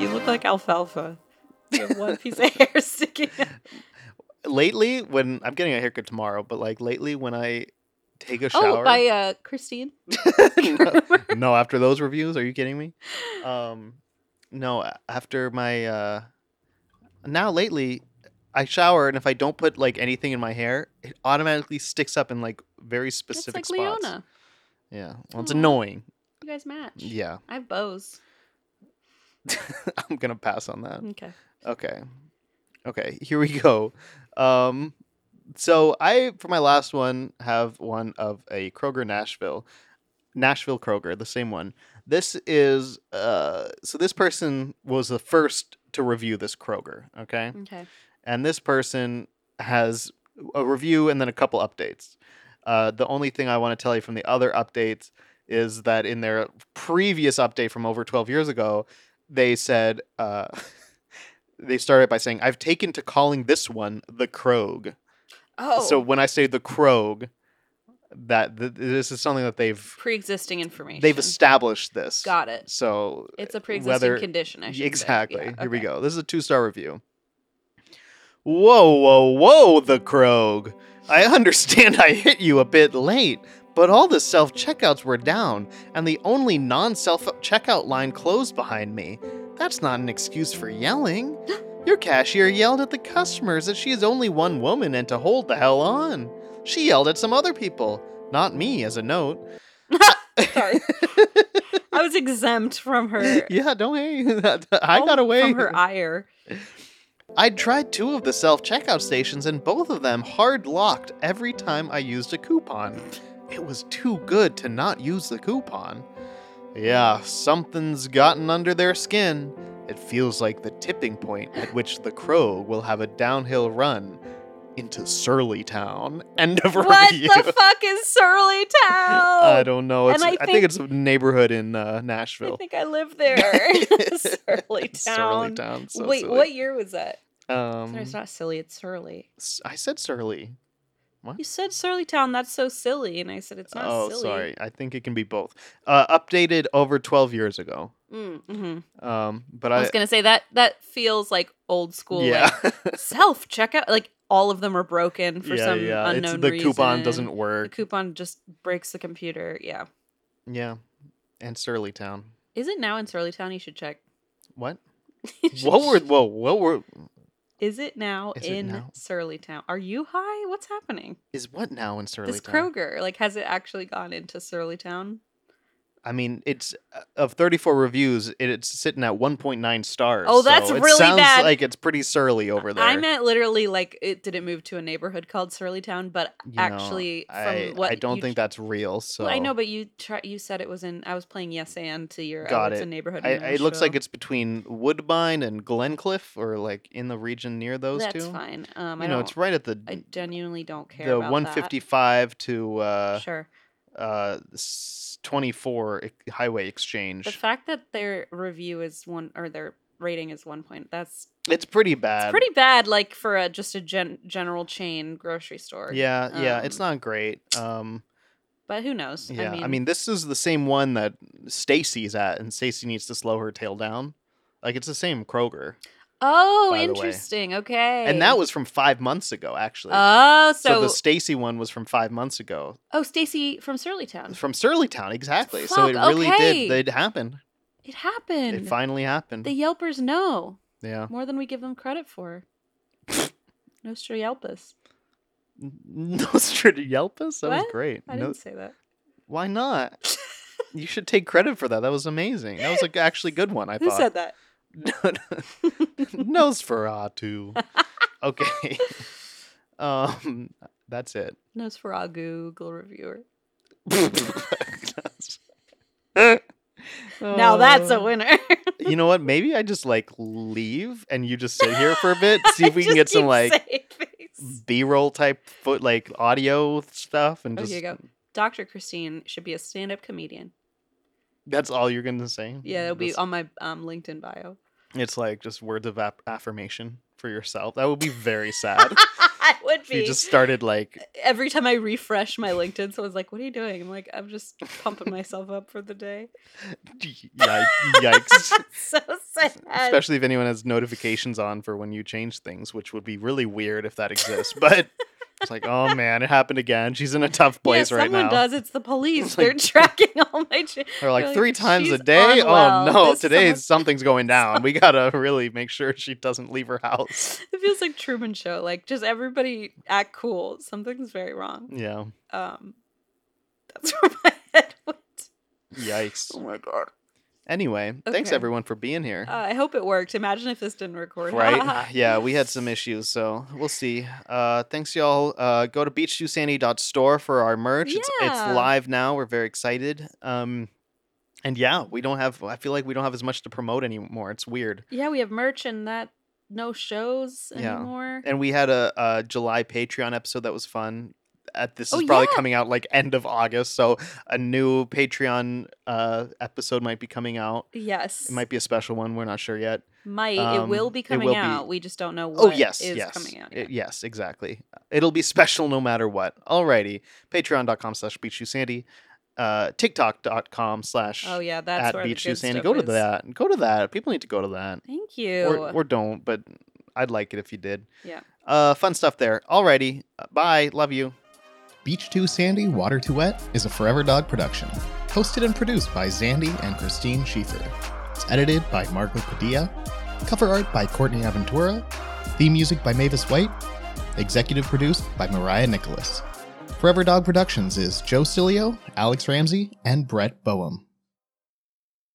Speaker 3: You look like alfalfa. You have
Speaker 2: <laughs>
Speaker 3: one piece of hair sticking. out.
Speaker 2: Lately, when I'm getting a haircut tomorrow, but like lately when I take a shower.
Speaker 3: Oh, by uh, Christine.
Speaker 2: no,
Speaker 3: <laughs>
Speaker 2: no, after those reviews, are you kidding me? Um, no, a- after my uh, now lately, I shower and if I don't put like anything in my hair, it automatically sticks up in like very
Speaker 3: It's
Speaker 2: specific
Speaker 3: like
Speaker 2: spots.
Speaker 3: Leona.
Speaker 2: Yeah, well, it's
Speaker 3: Aw.
Speaker 2: annoying.
Speaker 3: You guys match.
Speaker 2: Yeah,
Speaker 3: I have bows.
Speaker 2: <laughs> I'm gonna pass on that.
Speaker 4: Okay.
Speaker 2: Okay. Okay, here we <laughs> go. Um so I for my last one have one of a Kroger Nashville. Nashville Kroger, the same one. This is uh so this person was the first to review this Kroger, okay?
Speaker 4: Okay.
Speaker 2: and this person has a review and then a couple updates. Uh, the only thing I want to tell you from the other updates is that in their previous update from over 12 years ago, they said, uh, <laughs> they started by saying, I've taken to calling this one the Krog.
Speaker 4: Oh.
Speaker 2: So when I say the Krog, that th- this is something that they've
Speaker 4: pre-existing information.
Speaker 2: they've established this.
Speaker 4: Got it.
Speaker 2: So
Speaker 4: It's a pre-existing
Speaker 2: whether-
Speaker 4: condition. I should say.
Speaker 2: Exactly.
Speaker 4: Yeah,
Speaker 2: Here we
Speaker 4: okay.
Speaker 2: go. This is a two star review. Whoa, whoa, whoa, the Krog. I understand I hit you a bit late, but all the self checkouts were down, and the only non self checkout line closed behind me. That's not an excuse
Speaker 4: <gasps>
Speaker 2: for yelling. Your cashier yelled at the customers that she is only one woman and to hold the hell on. She yelled at some other people, not me as a note. <laughs>
Speaker 3: Sorry. I was exempt from her. Oh,
Speaker 2: yeah, don't <laughs> hate. I got away
Speaker 3: from her ire.
Speaker 2: I tried two of the self checkout stations and both of them hard locked every time I used a coupon. It was too good to not use the coupon. Yeah, something's gotten under their skin. It feels like the tipping point at which the crow will have a downhill run into Surly Town. <laughs> End of
Speaker 3: What
Speaker 2: review.
Speaker 3: the fuck is Surly Town?
Speaker 2: <laughs> I don't know. It's,
Speaker 3: And
Speaker 2: I,
Speaker 3: I
Speaker 2: think,
Speaker 3: think-
Speaker 2: it's a neighborhood in uh,
Speaker 3: I
Speaker 2: Nashville.
Speaker 3: think I live
Speaker 2: <laughs>
Speaker 3: there. <laughs> Surly Town.
Speaker 2: Surly Town. So
Speaker 3: Wait,
Speaker 2: silly.
Speaker 3: what year was that?
Speaker 2: Um,
Speaker 3: Sorry, it's not silly. It's Surly.
Speaker 2: s- I said Surly.
Speaker 3: You said Surly Town. That's so silly. And I said it's not
Speaker 2: oh,
Speaker 3: silly.
Speaker 2: sorry. I think it can be both. Uh, updated over 12 years ago.
Speaker 3: Mm, mhm.
Speaker 2: Um, but
Speaker 3: I
Speaker 2: I,
Speaker 3: was gonna say that that feels like old school.
Speaker 2: yeah, <laughs>
Speaker 3: Like, <laughs> self checkout. Like all of them are broken for
Speaker 2: yeah,
Speaker 3: some
Speaker 2: yeah.
Speaker 3: unknown
Speaker 2: It's, the coupon
Speaker 3: reason.
Speaker 2: doesn't
Speaker 3: The
Speaker 2: work.
Speaker 3: coupon just breaks the computer. Yeah.
Speaker 2: yeah, and Surly Town.
Speaker 3: Is it now in Surly Town? You should check. <laughs>
Speaker 2: What? what were? Whoa, what were?
Speaker 3: Is it now
Speaker 2: Is it
Speaker 3: in
Speaker 2: now?
Speaker 3: Surly Town? Are you high? What's happening?
Speaker 2: Is what now in Surly
Speaker 3: this
Speaker 2: Town?
Speaker 3: Kroger, like, has it actually gone into Surly Town?
Speaker 2: I mean, it's uh, of 34 reviews, it, it's sitting at 1.9 stars.
Speaker 3: Oh, that's
Speaker 2: so it
Speaker 3: really
Speaker 2: sounds
Speaker 3: bad.
Speaker 2: Like it's pretty surly over there.
Speaker 3: I meant literally like it didn't move to a neighborhood called Surly Town, but
Speaker 2: You know,
Speaker 3: actually, from
Speaker 2: I,
Speaker 3: what
Speaker 2: I don't
Speaker 3: you-
Speaker 2: think that's real. So
Speaker 3: Well, I know, but you try, you said it was in. I was playing Yes and to your.
Speaker 2: Got
Speaker 3: oh, It's
Speaker 2: it.
Speaker 3: a neighborhood.
Speaker 2: I,
Speaker 3: in
Speaker 2: I- it looks like
Speaker 3: Nashville.
Speaker 2: it's between Woodbine and Glencliff, or like in the region near those two.
Speaker 3: That's fine. Um, I
Speaker 2: you know, it's right at the
Speaker 3: I genuinely don't care.
Speaker 2: the
Speaker 3: about that.
Speaker 2: 155 to uh,
Speaker 3: Sure.
Speaker 2: uh, s- 24 ex- highway
Speaker 3: The
Speaker 2: exchange.
Speaker 3: fact that their review is one or their rating is one point. That's
Speaker 2: it's pretty bad.
Speaker 3: it's pretty bad. Like for a just a gen- general chain grocery store.
Speaker 2: Yeah, yeah, it's
Speaker 3: Um,
Speaker 2: not great. Um,
Speaker 3: But who knows?
Speaker 2: yeah, I mean, this is the same one that Stacy's at, and Stacy needs to slow her tail down. Like it's the same Kroger,
Speaker 3: Oh,
Speaker 2: by the way.
Speaker 3: interesting. Okay.
Speaker 2: and that was from five months ago, actually.
Speaker 3: Oh,
Speaker 2: so,
Speaker 3: so,
Speaker 2: the Stacy one was from five months ago,
Speaker 3: oh, Stacy from Surly Town.
Speaker 2: from Surly Town, exactly. so it
Speaker 3: Fuck,
Speaker 2: really
Speaker 3: okay.
Speaker 2: did. It happened.
Speaker 3: It happened.
Speaker 2: It finally happened.
Speaker 3: the Yelpers know
Speaker 2: yeah. <laughs>
Speaker 3: more than we give them credit for. Nostra Yelpus.
Speaker 2: Nostradamus? That was
Speaker 3: What?
Speaker 2: great.
Speaker 3: I
Speaker 2: No-
Speaker 3: didn't say that.
Speaker 2: why
Speaker 3: <laughs>
Speaker 2: not? you should take credit for that. That was amazing. That was like actually good one, I
Speaker 3: Who
Speaker 2: thought.
Speaker 3: said that?
Speaker 2: <laughs> Nosferatu. okay. <laughs> um that's it. <laughs>
Speaker 3: Nosferatu Google reviewer. now that's a
Speaker 2: Uh,
Speaker 3: winner. <laughs>
Speaker 2: You know what? Maybe I just like leave and you just sit here for a
Speaker 3: <laughs>
Speaker 2: bit, see if we can
Speaker 3: Just
Speaker 2: get some
Speaker 3: keep
Speaker 2: like
Speaker 3: saying things.
Speaker 2: B-roll type foot like audio stuff and
Speaker 3: Oh,
Speaker 2: Mm, just
Speaker 3: here you go. Dr. Christine should be a stand-up comedian.
Speaker 2: that's all you're going to say.
Speaker 3: Yeah, it'll be
Speaker 2: That's-
Speaker 3: on my um, LinkedIn bio.
Speaker 2: It's like just words of ap- affirmation for yourself. That would be
Speaker 3: <laughs>
Speaker 2: very sad.
Speaker 3: <laughs> I would
Speaker 2: if
Speaker 3: be.
Speaker 2: you just started
Speaker 3: <laughs>
Speaker 2: like,
Speaker 3: every time I refresh my LinkedIn, someone's like, "What are you doing?" I'm like, "I'm just pumping myself up for the day."
Speaker 2: yike, yikes.
Speaker 3: so sad.
Speaker 2: Especially if anyone has notifications on for when you change things, which would be really weird if that exists.
Speaker 3: <laughs>
Speaker 2: But it's like, oh man, it happened again. She's in a tough place
Speaker 3: yeah,
Speaker 2: right
Speaker 3: someone
Speaker 2: now.
Speaker 3: does. It's the police.
Speaker 2: It's <laughs> like-
Speaker 3: They're tracking <laughs> all my. Ch-
Speaker 2: Or like
Speaker 3: You're
Speaker 2: three times a
Speaker 3: "She's
Speaker 2: day.
Speaker 3: unwell.
Speaker 2: Oh no,
Speaker 3: This
Speaker 2: today
Speaker 3: someone-
Speaker 2: something's
Speaker 3: <laughs>
Speaker 2: going down. We gotta really make sure she doesn't leave her house.
Speaker 3: It feels like Truman Show. Like just everybody act cool. Something's very wrong.
Speaker 2: Yeah.
Speaker 3: <laughs> Um, that's where my head went.
Speaker 2: Yikes.
Speaker 3: my god.
Speaker 2: Anyway, thanks
Speaker 3: Okay.
Speaker 2: everyone for being here.
Speaker 3: Uh, I hope it worked. Imagine if this didn't record. <laughs>
Speaker 2: right? <laughs> yeah, we had some issues, so we'll see. Uh, thanks, y'all. Uh, go to beach2sandy.store for our merch. It's,
Speaker 3: Yeah.
Speaker 2: it's live now. We're very excited. Um, and yeah, we don't have. I feel like we don't have as much to promote anymore. It's weird.
Speaker 4: Yeah, we have merch and that no shows
Speaker 2: Yeah.
Speaker 4: anymore.
Speaker 2: And we had a, a July Patreon episode that was fun. At this is
Speaker 4: Oh,
Speaker 2: probably
Speaker 4: yeah.
Speaker 2: coming out like end of August, so a new Patreon uh, episode might be coming out.
Speaker 3: Yes.
Speaker 2: It might be a special one. We're not sure yet.
Speaker 3: Might. it
Speaker 2: um,
Speaker 3: will be
Speaker 2: it
Speaker 3: coming
Speaker 2: will be-
Speaker 3: out. We just don't know
Speaker 2: Oh
Speaker 3: what
Speaker 2: yes,
Speaker 3: is
Speaker 2: yes,
Speaker 3: coming out.
Speaker 2: I-
Speaker 3: yet.
Speaker 2: yes, exactly. It'll be special no matter what. Alrighty, Patreon.com/slash BeachShoeSandy, uh, TikTok.com/slash
Speaker 3: Oh yeah, that's
Speaker 2: at
Speaker 3: where the good
Speaker 2: BeachShoeSandy.
Speaker 3: stuff
Speaker 2: Go to
Speaker 3: is.
Speaker 2: that. Go to that. People need to go to that,
Speaker 3: Thank you.
Speaker 2: or, or don't. But I'd like it if you did.
Speaker 3: Yeah.
Speaker 2: Uh, fun stuff there. Alrighty, Uh, bye. Love you.
Speaker 5: Beach Too Sandy, Water Too Wet is a Forever Dog production, hosted and produced by Zandy and Christine Schieffer. It's edited by Margaret Padilla, cover art by Courtney Aventura, theme music by Mavis White, executive produced by Mariah Nicholas. Forever Dog Productions is Joe Cilio, Alex Ramsey, and Brett Boehm.